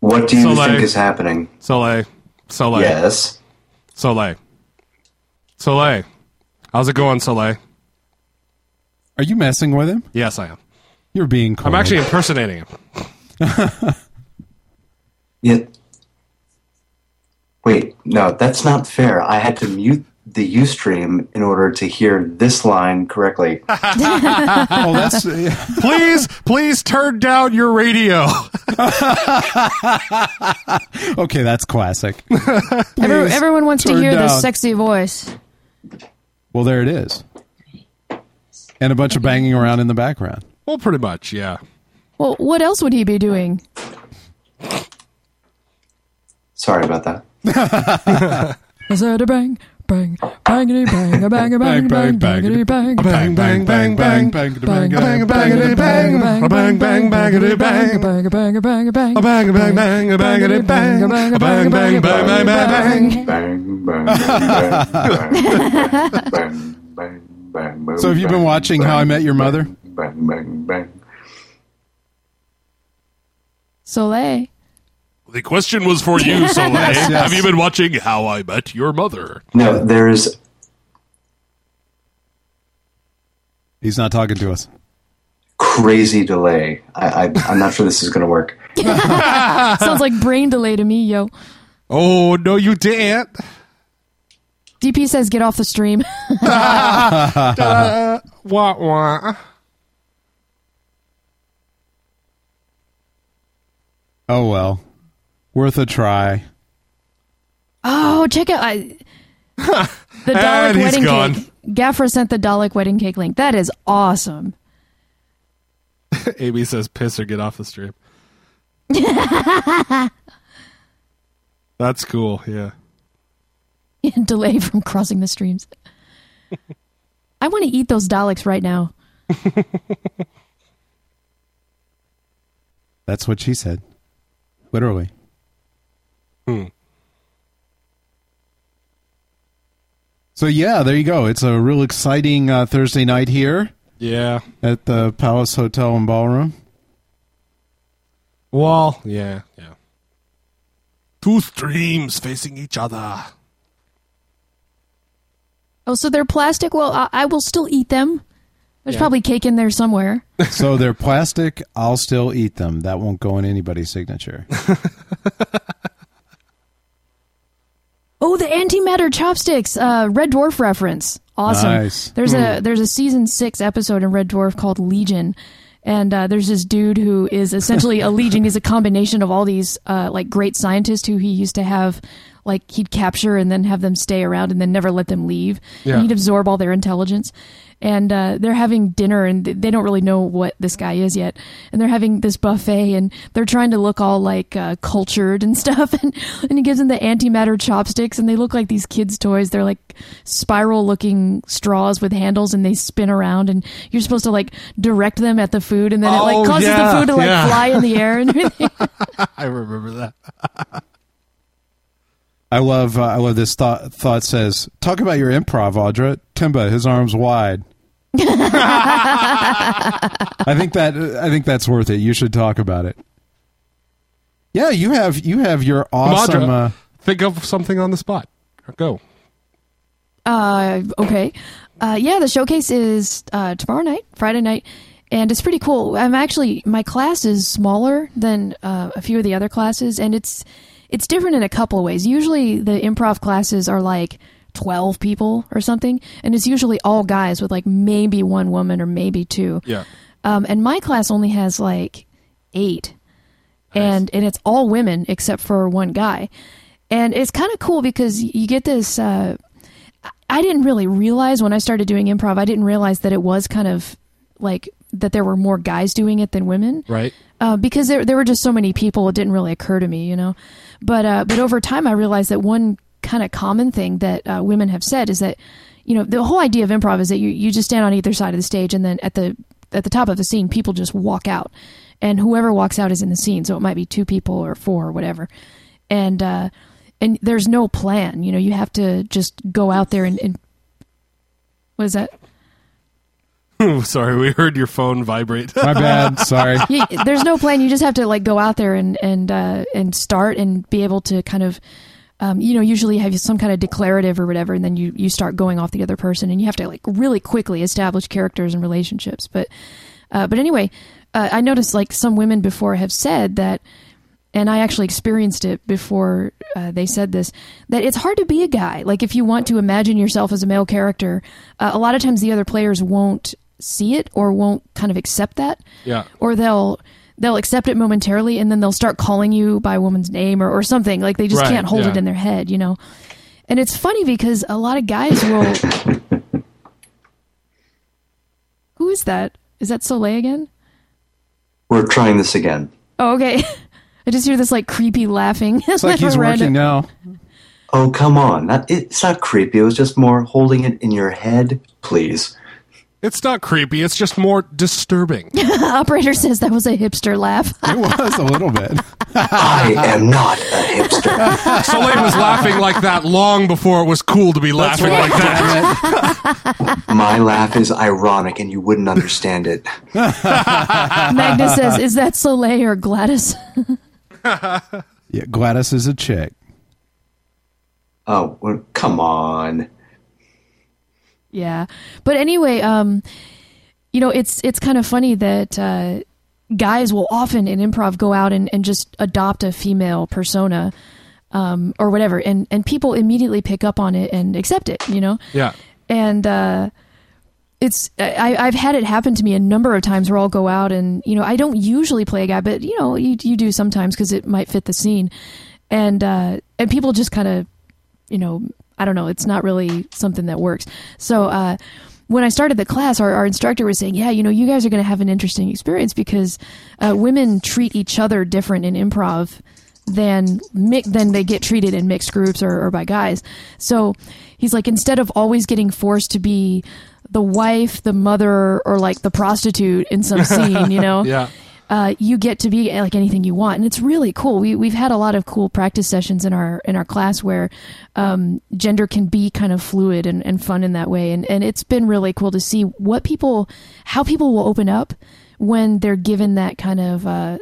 E: What do you
C: So, like-
E: think is happening?
C: Soleil, Soleil,
E: Yes.
C: Soleil, Soleil. How's it going, Soleil?
B: Are you messing with him?
C: Yes, I am.
B: You're being cold.
C: I'm actually impersonating him.
E: Yeah. Wait, no, that's not fair. I had to mute the UStream in order to hear this line *laughs* correctly.
B: Oh, that's yeah.
C: Please, please turn down your radio. *laughs*
B: okay. That's classic.
D: Every,
B: Please
D: everyone wants to
B: turn
D: hear this
B: down.
D: sexy voice.
B: Well, there it is, and a bunch of banging around in the background.
C: well, pretty much, yeah.
D: Well, what else would he be doing?
E: Sorry about that.
D: I said a bang, bang, bangity bang, a bang, a bang, bang, bangity bang, a
C: Bang, bang, bang, bang, bang,
D: bang,
C: bang, bangity, bang, a bang, bang, bangity, bang,
D: bang, a bang, a bang, a
C: a
D: bang,
C: bang, bang, bang, a bangity, bang, a bang, bang, bang, bang, bang, bang.
E: Bang, bang, bang, bang, bang, bang, bang, bang, bang,
B: So have you been
E: bang,
B: watching How I Met Your Mother?
E: Bang, bang, bang.
C: *laughs*
D: Soleil.
C: The question was for *laughs* you, Soleil.
B: yes.
C: Have you been watching How I Met Your Mother?
E: No, there's
B: He's not talking to us.
E: crazy delay. I, I, I'm not sure this is going to work.
D: Sounds like brain delay to me, yo.
C: Oh no, you didn't.
D: DP says get off the stream. *laughs*
C: Wah wah.
B: Oh well, worth a try.
D: Oh, check out
C: *laughs*
D: I, the Dalek
C: And he's
D: wedding
C: gone.
D: cake. Gaffer sent the Dalek wedding cake link. That is awesome.
C: Amy says, "Piss or get off the *laughs* stream." That's cool. Yeah.
D: *laughs* Delay from crossing the streams. I want to eat those Daleks right now.
B: That's what she said, literally. So yeah, there you go. It's a real exciting uh, Thursday night here
C: Yeah.
B: at the Palace Hotel and Ballroom.
C: Well, yeah, yeah. Two streams facing each other.
D: Oh, so they're plastic. Well, I, I will still eat them. There's probably cake in there somewhere.
B: so they're plastic. I'll still eat them. That won't go in anybody's signature.
D: Oh, the antimatter chopsticks. Uh, Red Dwarf reference. Awesome.
B: Nice.
D: There's a there's a season six episode in Red Dwarf called Legion, and uh, there's this dude who is essentially a legion. He's a combination of all these uh, like great scientists who he used to have. Like he'd capture and then have them stay around and then never let them leave.
C: Yeah.
D: And he'd absorb all their intelligence. and uh, they're having dinner and th- they don't really know what this guy is yet and they're having this buffet and they're trying to look all like uh, cultured and *laughs* stuff and, and he gives them the antimatter chopsticks and they look like these kids toys they're like spiral looking straws with handles and they spin around and you're supposed to like direct them at the food and then it
C: Oh,
D: like causes
C: yeah,
D: the food to like
C: yeah.
D: fly in the air
C: *laughs*
D: and everything
C: I remember that.
B: I love uh, I love this thought. Thought says, "Talk about your improv, Audra." Timba, his arms
D: *laughs*
B: wide. I think that I think that's worth it. You should talk about it. Yeah, you have you have your awesome.
C: Madra,
B: Uh,
C: think of something on the spot. Go.
D: Uh, okay. Uh, yeah, the showcase is uh, tomorrow night, Friday night, and it's pretty cool. I'm actually my class is smaller than uh, a few of the other classes, and it's it's different in a couple of ways. Usually, the improv classes are like. 12 people or something and it's usually all guys with like maybe one woman or maybe two
C: Yeah.
D: um, and my class only has like eight, and and it's all women except for one guy, and it's kind of cool because you get this. Uh, I- I didn't really realize when I started doing improv, I didn't realize that it was kind of like that there were more guys doing it than women
C: Right.
D: uh, because there there were just so many people, it didn't really occur to me, you know. But uh, but over time, I realized that one kind of common thing that uh, women have said is that you know the whole idea of improv is that you you just stand on either side of the stage, and then at the at the top of the scene, people just walk out, and whoever walks out is in the scene. So it might be two people or four or whatever, and uh, and there's no plan. You know, you have to just go out there and. and what is that?
C: *laughs* Sorry, we heard your phone vibrate.
B: my bad. Sorry.
D: you, there's no plan. You just have to like go out there and and uh, and start and be able to kind of. Um, you know, usually have some kind of declarative or whatever, and then you, you start going off the other person, and you have to like really quickly establish characters and relationships. But uh, but anyway, uh, I noticed like some women before have said that, and I actually experienced it before uh, they said this that it's hard to be a guy. Like if you want to imagine yourself as a male character, uh, a lot of times the other players won't see it or won't kind of accept that
C: *laughs* Yeah.
D: or they'll they'll accept it momentarily and then they'll start calling you by a woman's name or, or something like they just
C: Right,
D: can't hold
C: yeah.
D: it in their head you know and it's funny because a lot of guys will
B: *laughs*
D: who is that is that soleil again
E: We're trying this again.
D: oh okay *laughs* i just hear this like creepy laughing *laughs*
B: It's like he's working now.
E: Oh, come on. That, it's not creepy. It was just more holding it in your head, please.
C: It's not creepy. It's just more disturbing.
D: operator says that was a hipster laugh *laughs*
B: It was a little bit.
E: I am not a hipster.
C: Soleil was laughing like that long before it was cool to be laughing like that. *laughs*
E: My laugh is ironic and you wouldn't understand it.
B: *laughs*
D: magnus says is that soleil or gladys
B: Yeah, Gladys is a chick.
E: Oh, well, come on.
D: Yeah. But anyway, um, you know, it's it's kind of funny that uh, guys will often in improv go out and, and just adopt a female persona um, or whatever, and and people immediately pick up on it and accept it. You know.
C: Yeah.
D: And uh, it's I, I've had it happen to me a number of times where I'll go out and you know I don't usually play a guy, but you know you you do sometimes because it might fit the scene, and uh, and people just kind of you know, I don't know, it's not really something that works. So, uh, when I started the class, our, our instructor was saying, Yeah, you know, you guys are going to have an interesting experience because uh, women treat each other different in improv than mi- than they get treated in mixed groups or, or by guys. So he's like, instead of always getting forced to be the wife, the mother, or like the prostitute in some scene, you know?
C: Yeah.
D: uh, you get to be like anything you want, and it's really cool. We we've had a lot of cool practice sessions in our in our class where um, gender can be kind of fluid and, and fun in that way, and and it's been really cool to see what people how people will open up when they're given that kind of. Uh,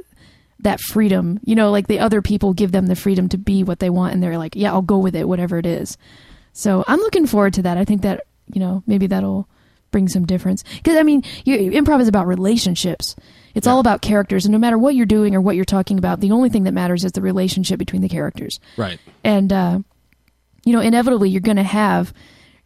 D: that freedom, you know, like the other people give them the freedom to be what they want, and they're like, "Yeah, I'll go with it, whatever it is." So I'm looking forward to that. I think that you know maybe that'll bring some difference because I mean, you, improv is about relationships. It's all about characters, and no matter what you're doing or what you're talking about, the only thing that matters is the relationship between the characters.
C: Right.
D: And uh, you know, inevitably, you're going to have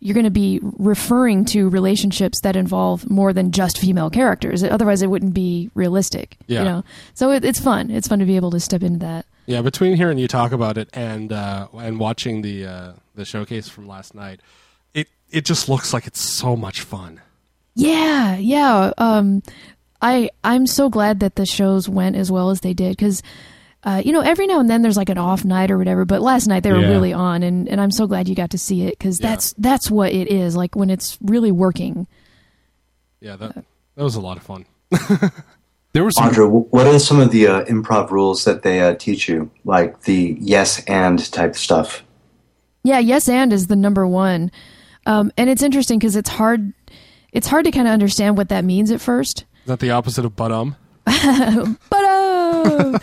D: you're going to be referring to relationships that involve more than just female characters. Otherwise, it wouldn't be realistic.
C: Yeah.
D: You know, so it, it's fun. It's fun to be able to step into that.
C: Yeah, between hearing you talk about it and uh, and watching the uh, the showcase from last night, it it just looks like it's so much fun.
D: Yeah, yeah. Um, I I'm so glad that the shows went as well as they did because, uh, you know, every now and then there's like an off night or whatever. But last night they were
B: Yeah.
D: really on, and and I'm so glad you got to see it because
C: Yeah.
D: that's that's what it is like when it's really working.
C: Yeah, that that was a lot of fun.
B: There was some,
E: Audra, wh- what are some of the uh, improv rules that they uh, teach you? Like the yes and type stuff.
D: Yeah, yes, and is the number one, um, and it's interesting because it's hard it's hard to kind of understand what that means at first.
C: Is that the opposite of but um?
D: But
B: *laughs*
D: uh,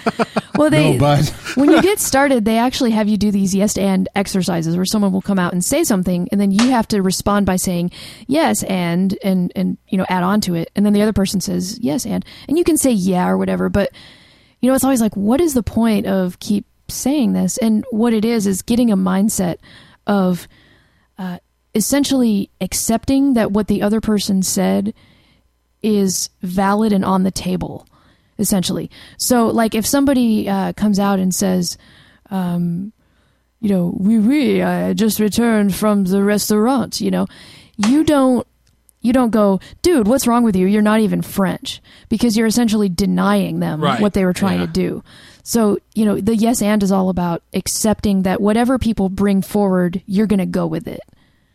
D: well, they
B: no, *laughs* but
D: when you get started, they actually have you do these yes and exercises where someone will come out and say something, and then you have to respond by saying yes and and and you know add on to it, and then the other person says yes and, and you can say yeah or whatever, but you know it's always like what is the point of keep saying this? And what it is is getting a mindset of uh, essentially accepting that what the other person said is valid and on the table, essentially. So, like, if somebody uh, comes out and says, um, you know, we we I just returned from the restaurant, you know, you don't you don't go, dude, what's wrong with you? You're not even French because you're essentially denying them
C: Right.
D: what they were trying
C: Yeah.
D: to do. So, you know, the yes and is all about accepting that whatever people bring forward, you're going to go with it.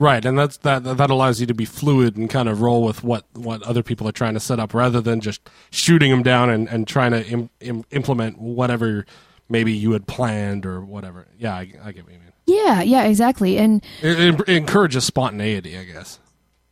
C: Right, and that's that that allows you to be fluid and kind of roll with what what other people are trying to set up rather than just shooting them down and and trying to Im, im, implement whatever maybe you had planned or whatever. Yeah, I, I get what you mean.
D: Yeah, yeah, exactly. And
C: It, it, it encourages spontaneity, I guess.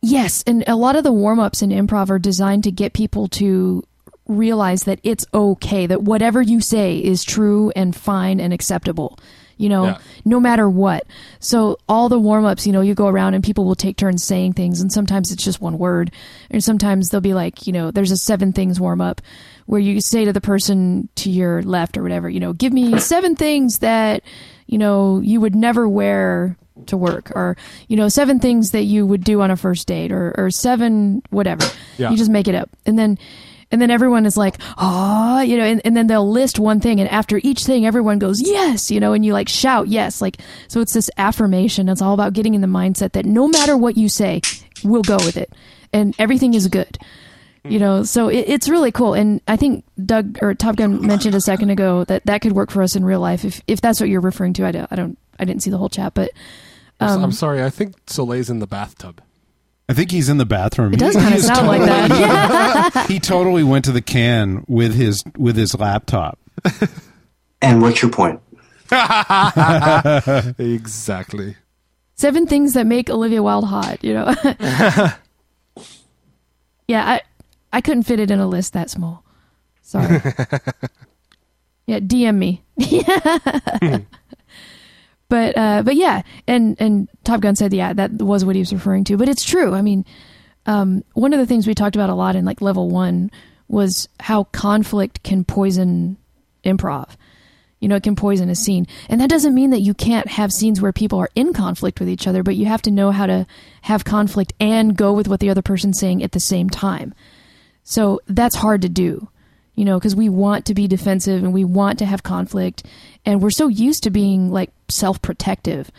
D: Yes, and a lot of the warm ups in improv are designed to get people to realize that it's okay, that whatever you say is true and fine and acceptable, you know,
C: Yeah.
D: no matter what. So, all the warm ups, you know, you go around and people will take turns saying things, and sometimes it's just one word, and sometimes they'll be like, you know, there's a seven things warm up where you say to the person to your left or whatever, you know, give me seven things that, you know, you would never wear to work or you know seven things that you would do on a first date or, or seven whatever
C: Yeah.
D: you just make it up and then and then everyone is like ah you know and, and then they'll list one thing and after each thing everyone goes yes you know and you like shout yes like so it's this affirmation it's all about getting in the mindset that no matter what you say we'll go with it and everything is good you know so it, it's really cool and i think doug or top gun mentioned a second ago that that could work for us in real life if if that's what you're referring to i don't i don't i didn't see the whole chat but
C: I'm
D: Um,
C: s- I'm sorry, I think Soleil's in the bathtub.
B: I think he's in the bathroom.
D: It does
B: He- he
D: kind of
B: is
D: sound like
B: totally-
D: that.
B: *laughs*
D: *laughs*
B: He totally went to the can with his with his laptop.
E: And what's your point?
C: Exactly.
D: Seven things that make Olivia Wilde hot, you know. yeah, I I couldn't fit it in a list that small. Sorry. yeah, DM me. *laughs* but uh, but yeah, and and Top Gun said yeah, that was what he was referring to. But it's true. I mean, um, one of the things we talked about a lot in like level one was how conflict can poison improv. You know, it can poison a scene. And that doesn't mean that you can't have scenes where people are in conflict with each other, but you have to know how to have conflict and go with what the other person's saying at the same time. So that's hard to do, you know, because we want to be defensive and we want to have conflict. And we're so used to being like self protective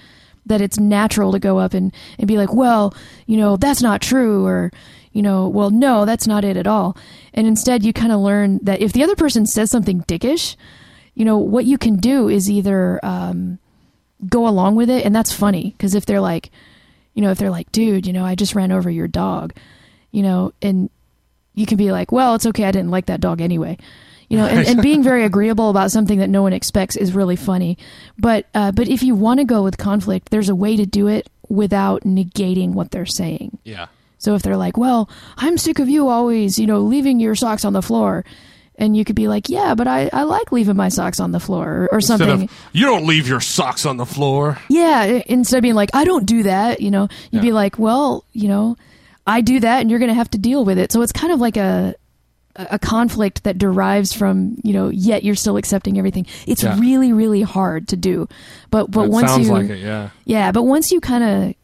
D: that it's natural to go up and, and be like, well, you know, that's not true. Or, you know, well, no, that's not it at all. And instead, you kind of learn that if the other person says something dickish, you know what you can do is either um, go along with it and that's funny because if they're like you know if they're like dude you know i just ran over your dog you know and you can be like well it's okay i didn't like that dog anyway you know and, and being very agreeable about something that no one expects is really funny but uh, but if you want to go with conflict there's a way to do it without negating what they're saying
C: Yeah.
D: so if they're like, "Well, I'm sick of you always, you know, leaving your socks on the floor," and you could be like, "Yeah, but I, I like leaving my socks on the floor," or, or
C: Instead
D: something.
C: of you don't leave your socks on the floor.
D: yeah, i- instead of being like, "I don't do that," you know, you'd be like, "Well, you know, I do that, and you're going to have to deal with it." So it's kind of like a a conflict that derives from you know, yet you're still accepting everything. It's
C: Yeah.
D: really, really hard to do, but but
C: it
D: once
C: sounds
D: you
C: like it, yeah.
D: yeah, but once you kind of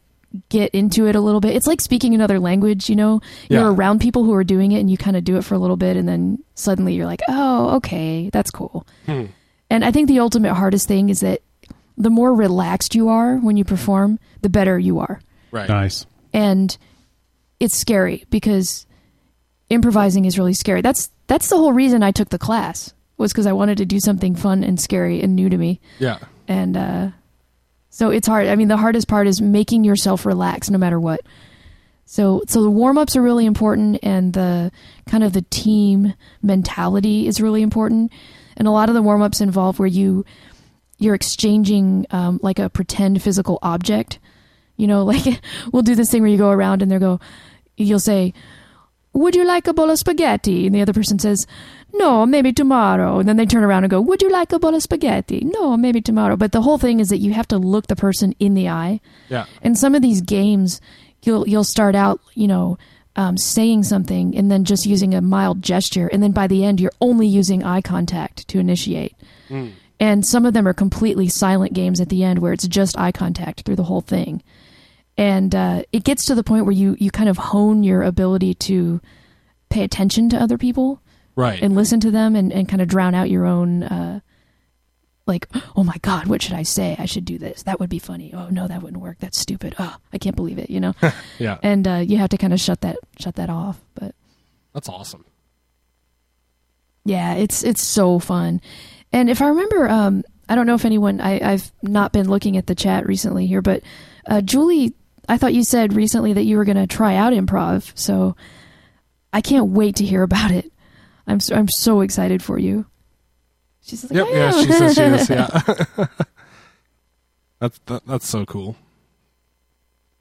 D: get into it a little bit, it's like speaking another language, you know?
C: Yeah.
D: You're around people who are doing it and you kind of do it for a little bit and then suddenly you're like, "Oh, okay, that's cool." And I think the ultimate hardest thing is that the more relaxed you are when you perform, the better you are.
C: Right.
B: Nice.
D: And it's scary because improvising is really scary. That's that's the whole reason I took the class was because I wanted to do something fun and scary and new to me.
C: Yeah.
D: And uh, so it's hard. I mean, the hardest part is making yourself relax no matter what. So so the warm ups are really important, and the kind of the team mentality is really important. And a lot of the warm ups involve where you you're exchanging um, like a pretend physical object. You know, *laughs* like we'll do this thing where you go around and they go, you'll say, "Would you like a bowl of spaghetti?" And the other person says, "No, maybe tomorrow." And then they turn around and go, "Would you like a bowl of spaghetti?" "No, maybe tomorrow." But the whole thing is that you have to look the person in the eye.
C: Yeah.
D: And some of these games, you'll you'll start out, you know, um, saying something and then just using a mild gesture, and then by the end, you're only using eye contact to initiate. And some of them are completely silent games at the end, where it's just eye contact through the whole thing. And uh, it gets to the point where you you kind of hone your ability to pay attention to other people
C: Right.
D: and listen to them and, and kind of drown out your own uh, like oh my god what should i say i should do this that would be funny oh no that wouldn't work that's stupid oh i can't believe it you know
C: yeah.
D: and uh, you have to kind of shut that shut that off but
C: That's awesome.
D: yeah it's it's so fun and if i remember um i don't know if anyone i i've not been looking at the chat recently here but uh julie i thought you said recently that you were going to try out improv so i can't wait to hear about it i'm so i'm so excited for you she's like
C: Yep.
D: I
C: Yeah.
D: am.
C: She says she is. Yeah. that's that, that's so cool.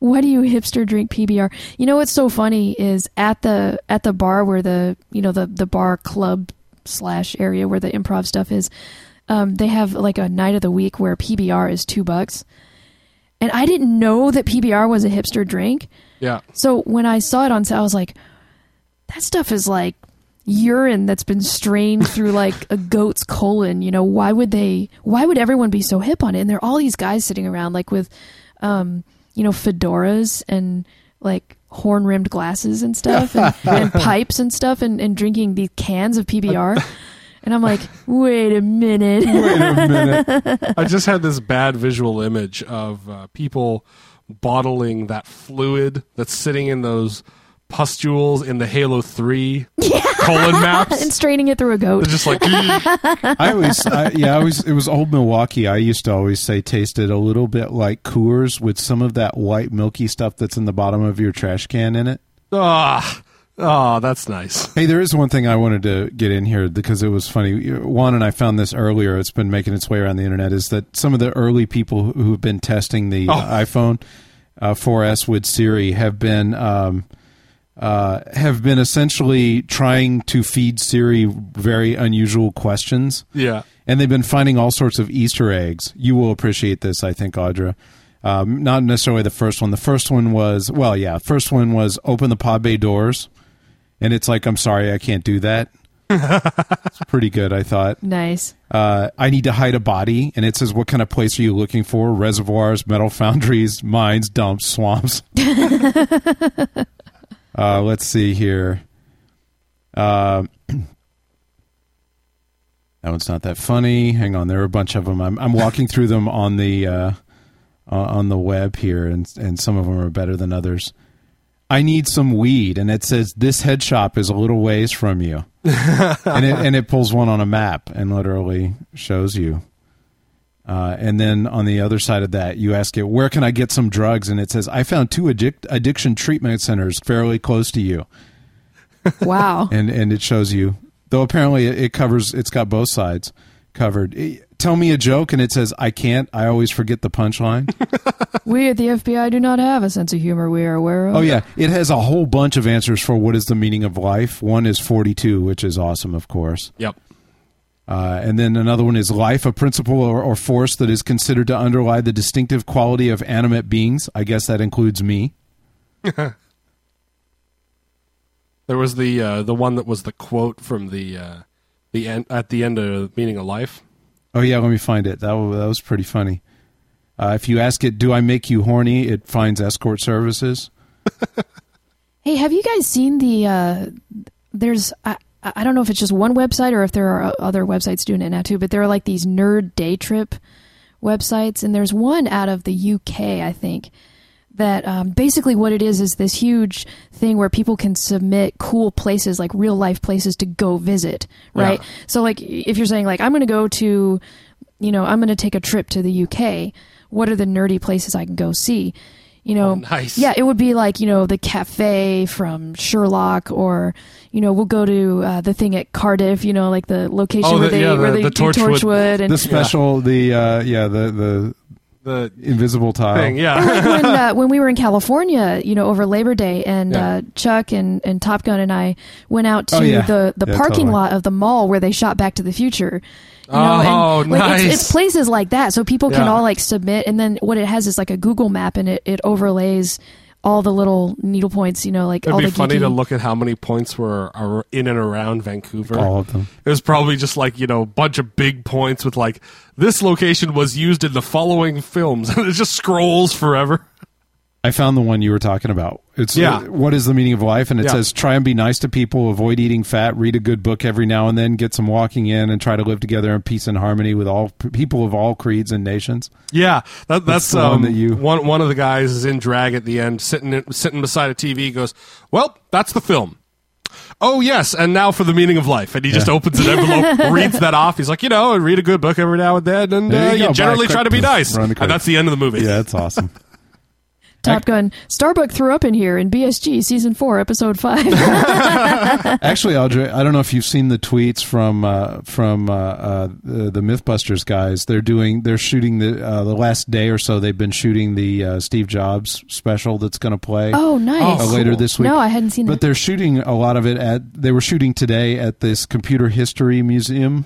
D: why do you hipster drink PBR? You know what's so funny is at the at the bar where the you know the the bar club slash area where the improv stuff is, um, they have like a night of the week where PBR is two bucks, and I didn't know that PBR was a hipster drink.
C: Yeah.
D: So when I saw it on set, I was like, that stuff is like urine that's been strained through like a goat's colon. You know, why would they, why would everyone be so hip on it? And there are all these guys sitting around like with, um, you know, fedoras and like horn rimmed glasses and stuff and, and pipes and stuff and, and drinking these cans of PBR. And I'm like, wait a minute.
C: Wait a minute. I just had this bad visual image of uh, people bottling that fluid that's sitting in those pustules in the Halo 3
D: *laughs*
C: colon maps.
D: and straining it through a goat.
C: They're just like,
B: I always, I, yeah, I always. It was old Milwaukee. I used to always say tasted a little bit like Coors with some of that white milky stuff that's in the bottom of your trash can in it.
C: ah, ah, that's nice.
B: Hey, there is one thing I wanted to get in here because it was funny. Juan and I found this earlier. It's been making its way around the internet. Is that some of the early people who- who've been testing the uh, iPhone uh, 4S with Siri have been um, uh, have been essentially trying to feed Siri very unusual questions
C: Yeah.
B: and they've been finding all sorts of Easter eggs. You will appreciate this, I think, Audra. Um, not necessarily the first one. The first one was well, yeah. First one was open the pod bay doors, and it's like I'm sorry, I can't do that. it's pretty good, I thought.
D: nice.
B: Uh, I need to hide a body, and it says what kind of place are you looking for? Reservoirs, metal foundries, mines, dumps, swamps. uh, let's see here. Uh, *clears throat* that one's not that funny. Hang on, there are a bunch of them. I'm, I'm walking through them on the uh, uh, on the web here, and and some of them are better than others. I need some weed, and it says this head shop is a little ways from you, and it and it pulls one on a map and literally shows you. Uh, and then on the other side of that, you ask it, "Where can I get some drugs?" And it says, "I found two addic- addiction treatment centers fairly close to you."
D: Wow.
B: and and it shows you though apparently it, it covers it's got both sides covered It- tell me a joke and it says i can't i always forget the punchline
D: we at the FBI do not have a sense of humor we are aware of.
B: oh yeah it has a whole bunch of answers for what is the meaning of life one is 42 which is awesome of course
C: Yep.
B: Uh, and then another one is life, a principle or, or force that is considered to underlie the distinctive quality of animate beings. I guess that includes me.
C: There was the uh, the one that was the quote from the uh, the end at the end of Meaning of Life.
B: Oh yeah, let me find it. That was, that was pretty funny. Uh, if you ask it, "Do I make you horny?" it finds escort services.
D: Hey, have you guys seen the? Uh, there's I, I don't know if it's just one website or if there are other websites doing it now too, but there are like these nerd day trip websites, and there's one out of the UK, I think, that um, basically what it is is this huge thing where people can submit cool places like real life places to go visit right
C: Yeah.
D: so like if you're saying like i'm going to go to you know i'm going to take a trip to the uk what are the nerdy places i can go see you know
C: Oh, nice.
D: yeah it would be like you know the cafe from sherlock or you know we'll go to uh, the thing at cardiff you know like the location
C: Oh,
D: where
C: the-
D: they
C: yeah,
D: where
C: the-
D: they
C: the
D: do
C: Torchwood-
D: torchwood, and
B: the special, the uh, yeah, the
C: The
B: the invisible tile.
C: thing, yeah.
D: like
C: *laughs*
D: when uh, when we were in California, you know, over Labor Day, and
C: Yeah.
D: uh, Chuck and, and Top Gun and I went out to
B: Oh, yeah.
D: the, the
B: Yeah,
D: parking
B: totally.
D: lot of the mall where they shot Back to the Future. You
C: Oh,
D: and, like,
C: nice.
D: It's, it's places like that, so people can
C: Yeah.
D: all like submit, and then what it has is like a Google map, and it, it overlays all the little needle points. You know, like
C: It'd
D: all
C: be
D: the
C: funny
D: geeky-
C: to look at how many points were are in and around Vancouver.
B: All of them.
C: It was probably just like you know a bunch of big points with like this location was used in the following films. *laughs* it just scrolls forever.
B: I found the one you were talking about. It's
C: Yeah.
B: uh, what is the meaning of life? And it
C: Yeah.
B: says try and be nice to people, avoid eating fat, read a good book every now and then, get some walking in, and try to live together in peace and harmony with all p- people of all creeds and nations.
C: Yeah, that, that's,
B: That's the one
C: um,
B: that you-
C: one one of the guys is in drag at the end, sitting sitting beside a TV. He Goes, well, that's the film. Oh yes, and now for the meaning of life, and he just opens an *laughs* envelope, reads that off. He's like, you know, I read a good book every now and then, and
B: There you go,
C: uh, you,
B: buy a
C: generally
B: quick
C: try to be
B: poof,
C: nice.
B: run
C: And
B: the quick-
C: that's the end of the movie.
B: Yeah, that's awesome.
D: Top Gun, Starbuck threw up in here in BSG season four, episode
C: *laughs*
D: five.
B: *laughs*
D: *laughs*
B: Actually, Audrey, I don't know if you've seen the tweets from uh, from uh, uh, the, the MythBusters guys. They're doing they're shooting the uh, the last day or so. They've been shooting the uh, Steve Jobs special that's going to play.
D: oh, nice.
B: uh, later this week.
D: No, I hadn't seen
B: But
D: that.
B: they're shooting a lot of it at. They were shooting today at this computer history museum,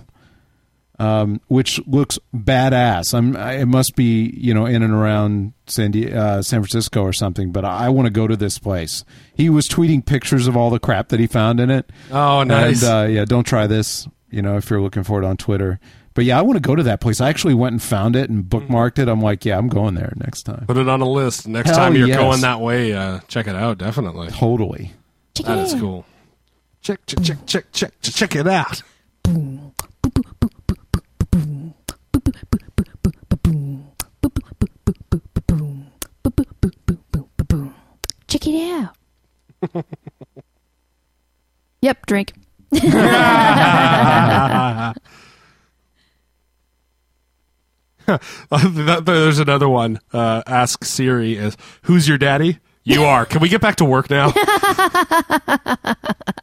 B: um, which looks badass. I'm. I, it must be you know in and around San Di- uh, San Francisco or something. But I, want to go to this place. He was tweeting pictures of all the crap that he found in it.
C: Oh, nice.
B: And uh, yeah, don't try this. You know, if you're looking for it on Twitter. But yeah, I want to go to that place. I actually went and found it and bookmarked it. I'm like, yeah, I'm going there next time.
C: Put it on a list. Next
B: Hell
C: time you're
B: yes.
C: going that way, uh, check it out. Definitely.
B: Totally.
D: Check it
C: That is
D: out.
C: cool. Check, check, check, check, check, check, check it out.
D: Check it out. *laughs* yep, drink.
C: *laughs* That- There's another one. Uh, ask Siri is who's your daddy?
D: *laughs*
C: You are. Can we get back to work now?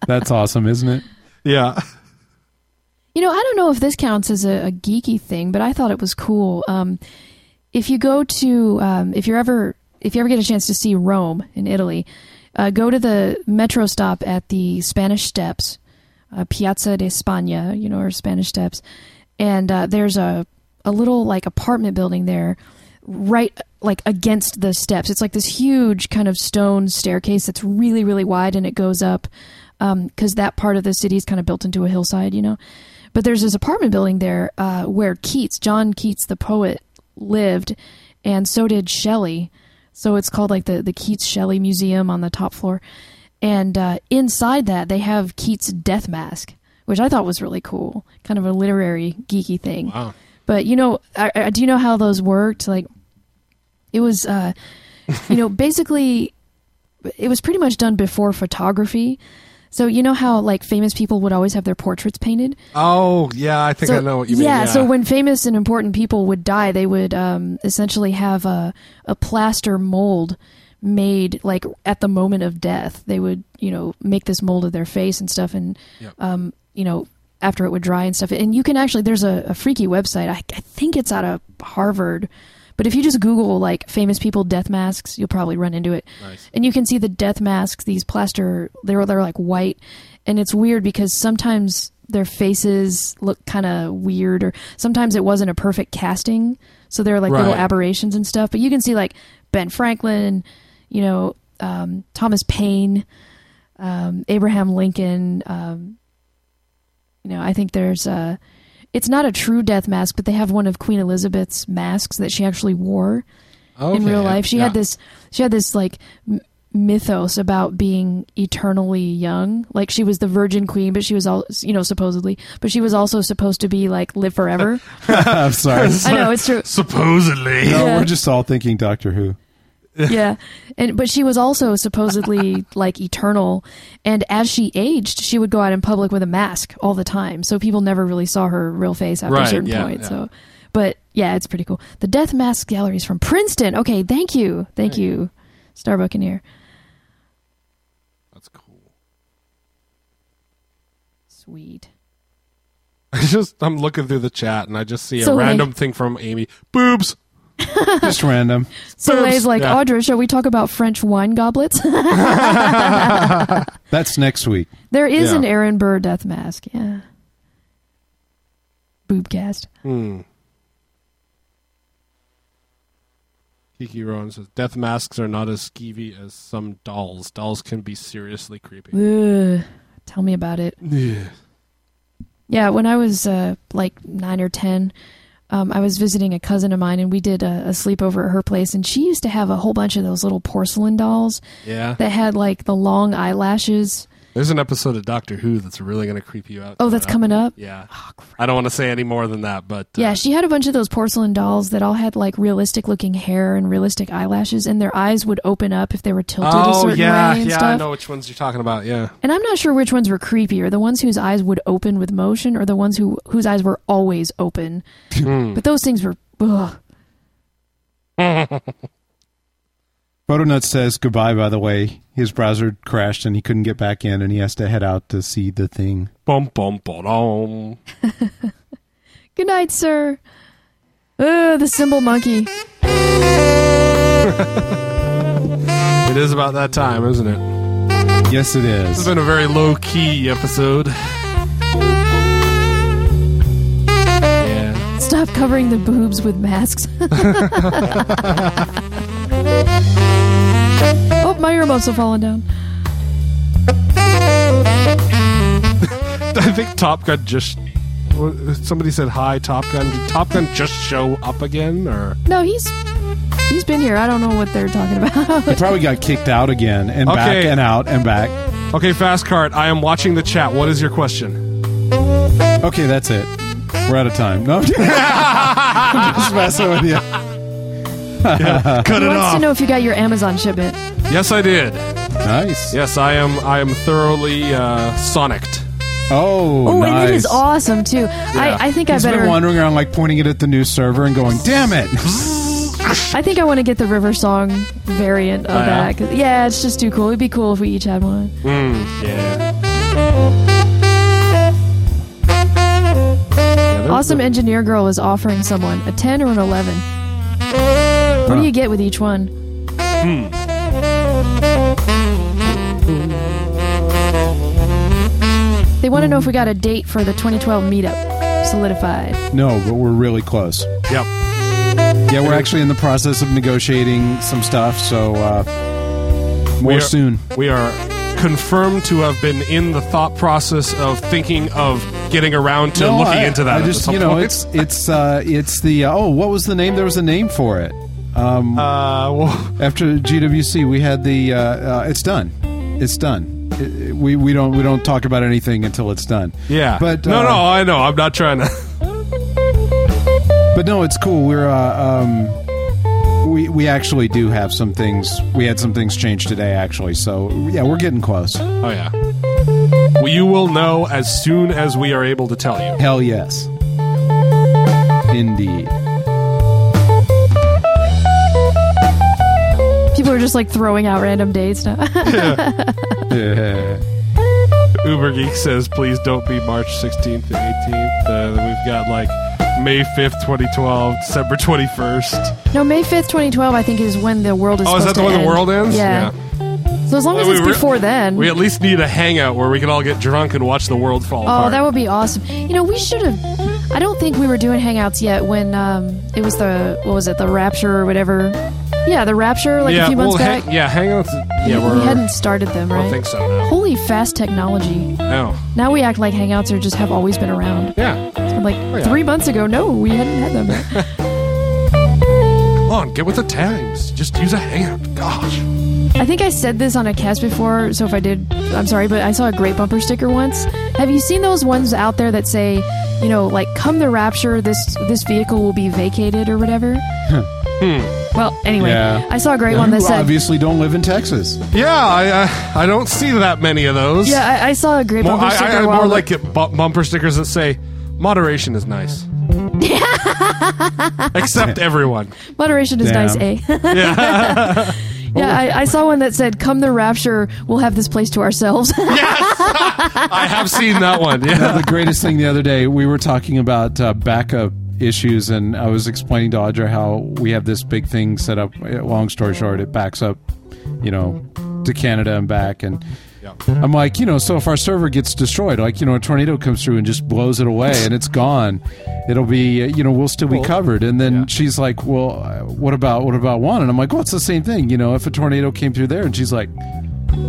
B: That's *laughs* awesome, isn't it?
C: yeah.
D: You know, I don't know if this counts as a, a geeky thing, but I thought it was cool. Um, if you go to, um, if you're ever, if you ever get a chance to see Rome in Italy, uh, go to the metro stop at the Spanish Steps, uh, Piazza de España, you know, or Spanish Steps, and uh, there's a a little like apartment building there, right like against the steps. It's like this huge kind of stone staircase that's really really wide, and it goes up because um, that part of the city is kind of built into a hillside, you know. But there's this apartment building there uh, where Keats, John Keats, the poet, lived, and so did Shelley. So it's called like the the Keats Shelley Museum on the top floor, and uh, inside that they have Keats' death mask, which I thought was really cool, kind of a literary geeky thing. Wow. But you know, I, I, do you know how those worked? Like, it was, uh, you know, *laughs* basically, it was pretty much done before photography. So you know how like famous people would always have their portraits painted.
C: Oh, yeah. I think I know what you mean.
D: Yeah, so when famous and important people would die, they would um, essentially have a, a plaster mold made like at the moment of death. They would, you know, make this mold of their face and stuff and, um, you know, after it would dry and stuff. And you can actually, there's a, a freaky website. I, I think it's out of Harvard. But if you just Google like famous people death masks, you'll probably run into it. And you can see the death masks, these plaster, they're, they're like white. And it's weird because sometimes their faces look kind of weird, or sometimes it wasn't a perfect casting. So there are like little
C: Right.
D: aberrations and stuff. But you can see like Ben Franklin, you know, um, Thomas Paine, um, Abraham Lincoln. Um, you know, I think there's a. It's not a true death mask, but they have one of Queen Elizabeth's masks that she actually wore in real life. She
C: *laughs*
D: had this. She had this like m- mythos about being eternally young. Like she was the Virgin Queen, but she was all you know supposedly, but she was also supposed to be like live forever.
B: I'm sorry.
C: *laughs*
D: I know it's true.
C: Supposedly.
B: No,
D: Yeah.
B: we're just all thinking Doctor Who.
D: yeah and but she was also
C: *laughs*
D: supposedly like eternal and as she aged she would go out in public with a mask all the time so people never really saw her real face after
C: Right,
D: a certain
C: yeah,
D: point
C: yeah.
D: so but yeah it's pretty cool the death mask gallery is from princeton okay thank you thank you star buccaneer
C: That's cool. *laughs*
D: sweet
C: I just I'm looking through the chat and I just see
D: So,
C: a
D: like-
C: random thing from Amy. Boobs.
B: Just random.
D: so
C: Boobs.
D: Lay's like
C: Yeah.
D: audra shall we talk about french wine goblets *laughs*
B: That's next week.
D: there is
C: Yeah.
D: an aaron burr death mask yeah boobcast
C: Kiki Rowan says death masks are not as skeevy as some dolls. Dolls can be seriously creepy.
D: Ugh, tell me about it
C: Yeah.
D: Yeah, when I was uh, like nine or ten, um, I was visiting a cousin of mine, and we did a, a sleepover at her place. And she used to have a whole bunch of those little porcelain dolls
C: Yeah.
D: that had like the long eyelashes.
C: There's an episode of Doctor Who that's really going to creep you out.
D: Oh, that's coming up. Oh,
C: Yeah. I don't want to say any more than that, but uh,
D: Yeah, she had a bunch of those porcelain dolls that all had like realistic looking hair and realistic eyelashes, and their eyes would open up if they were tilted a
C: Oh
D: certain
C: yeah,
D: way and
C: yeah. I
D: stuff.
C: know which ones you're talking about. Yeah.
D: And I'm not sure which ones were creepier, the ones whose eyes would open with motion or the ones who whose eyes were always open.
B: Hmm.
D: But those things were ugh.
B: Photonut says goodbye, by the way. His browser crashed and he couldn't get back in and he has to head out to see the thing.
C: Bum bum bum.
D: Good night, sir. Ugh, the symbol monkey.
C: It is about that time, isn't it?
B: Yes, it is.
C: This has been a very low
D: *laughs*
C: key episode. Yeah.
D: Stop covering the boobs with masks. *laughs* oh, my earmuffs have fallen down.
C: I think Top Gun just. Somebody said hi, Top Gun. Did Top Gun just show up again? Or
D: No, he's he's been here. I don't know what they're talking
B: He
D: about.
B: probably got kicked out again and back
C: Okay.
B: and out and back.
C: Okay, Fast Cart, I am watching the chat. What is your question?
B: Okay, that's it. We're out of time. No, *laughs* I'm just I'm just messing with you.
C: Cut
D: *laughs* he wants
C: it
D: to
C: off.
D: know if you got your Amazon shipment.
C: Yes, I did.
B: Nice.
C: Yes, I am I am thoroughly uh sonicked.
B: Oh,
D: Oh,
B: nice.
D: and it is awesome too. I, I think
B: He's
D: I better.
B: been wandering around like pointing it at the new server and going, "Damn it!" *laughs*
D: I think I want to get the River Song variant of
C: Oh, yeah?
D: that. 'cause- yeah, it's just too cool. It'd be cool if we each had one.
C: Hmm, Yeah.
D: Awesome engineer girl is offering someone a 10 or an 11. What do you get with each one?
C: Hmm.
D: They want to know if we got a date for the 2012 meetup solidified.
B: No, but we're really close.
C: Yep.
B: Yeah, we're actually in the process of negotiating some stuff, so uh, more
C: We are-
B: soon.
C: We are confirmed to have been in the thought process of thinking of getting around to
B: No,
C: looking
B: I-
C: into that.
B: I
C: at
B: just,
C: some
B: you know,
C: point.
B: it's it's uh, it's the uh, oh, what was the name? There was a name for it. Um,
C: uh, well,
B: After GWC, we had the uh, uh, it's done, it's done. It- it- we we don't we don't talk about anything until it's done.
C: *laughs* yeah,
B: but
C: no,
B: uh,
C: no, I know. I'm not trying to. *laughs*
B: But no, it's cool. We're uh, um, we we actually do have some things. We had some things change today, actually. So yeah, we're getting close.
C: Oh yeah, well, you will know as soon as we are able to tell you.
B: Hell yes, indeed.
D: People are just like throwing out random dates now. *laughs*
B: Yeah.
C: Uber Geek says, please don't be March 16th and 18th. Uh, we've got like May 5th, 2012, December 21st.
D: no, May 5th, 2012, I think is when the world is
C: Oh, is
D: supposed
C: that the
D: to
C: one the
D: end.
C: world ends?
D: Yeah. So as long as
C: Well,
D: it's
C: we re-
D: before then.
C: We at least need a hangout where we can all get drunk and watch the world fall
D: Oh,
C: apart.
D: that would be awesome. You know, we should have. I don't think we were doing hangouts yet when um, it was the what was it, the Rapture or whatever. Yeah, the Rapture, like
C: yeah,
D: a few months
C: well, hang-
D: back.
C: yeah, hangouts. Yeah, we're.
D: we hadn't started them,
C: I
D: right?
C: don't think so. No.
D: Holy fast technology!
C: No.
D: Now we act like hangouts are just have always been around.
C: Yeah.
D: It's been like
C: Oh, yeah.
D: three months ago, no, we hadn't had them.
C: Come on, get with the times. Just use a hangout. Gosh.
D: I think I said this on a cast before, so if I did, I'm sorry, but I saw a great bumper sticker once. Have you seen those ones out there that say, you know, like come the rapture, this this vehicle will be vacated or whatever? Well, anyway,
B: Yeah.
D: I saw a great one that
B: You
D: said.
B: obviously don't live in Texas.
C: Yeah, I I, I don't see that many of those.
D: Yeah, I, I saw a great
C: more,
D: bumper
C: I,
D: sticker.
C: I, I
D: while
C: more like it, bu- bumper stickers that say "Moderation is nice." Except everyone.
D: moderation is
B: Damn.
D: nice, eh? yeah, *laughs* I, I saw one that said, "Come the rapture, we'll have this place to ourselves." *laughs*
C: Yes, I have seen that one.
B: *laughs*
C: Yeah.
B: the greatest thing the other day we were talking about uh, backup issues and i was explaining to audra how we have this big thing set up Uh, long story short it backs up you know to canada and back and i'm like you know so if our server gets destroyed like you know a tornado comes through and just blows it away and it's gone it'll be uh, you know we'll still be covered and then she's like well uh, what about what about one and i'm like well it's the same thing you know if a tornado came through there and she's like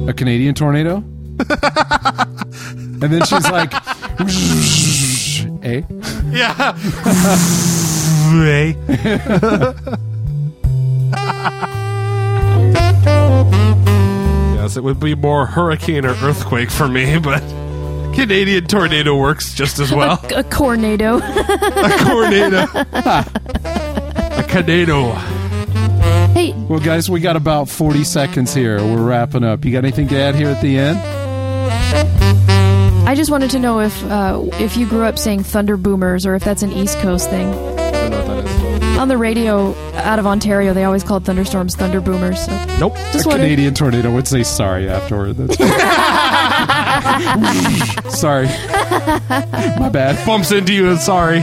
B: a canadian tornado and then she's like eh
C: Yeah. yes, it would be more hurricane or earthquake for me, but Canadian tornado works just as
D: *laughs*
C: well. *laughs*
D: a tornado.
C: A tornado. A tornado.
D: hey,
B: Well, guys, we got about 40 seconds here. We're wrapping up. You got anything to add here at the end?
D: I just wanted to know if uh, if you grew up saying thunder boomers or if that's an East Coast thing. On the radio out of Ontario, they always called thunderstorms thunder boomers. So
C: Nope.
D: just
B: a
D: wanted-
B: Canadian tornado would say sorry afterward.
D: *laughs*
B: That's- *laughs* sorry. My bad.
C: Bumps into you and sorry.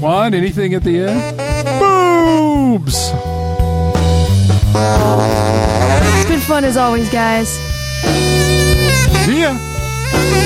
B: Juan, anything at the end?
C: Boobs.
D: It's been fun as always, guys.
C: See ya.
F: Yeah.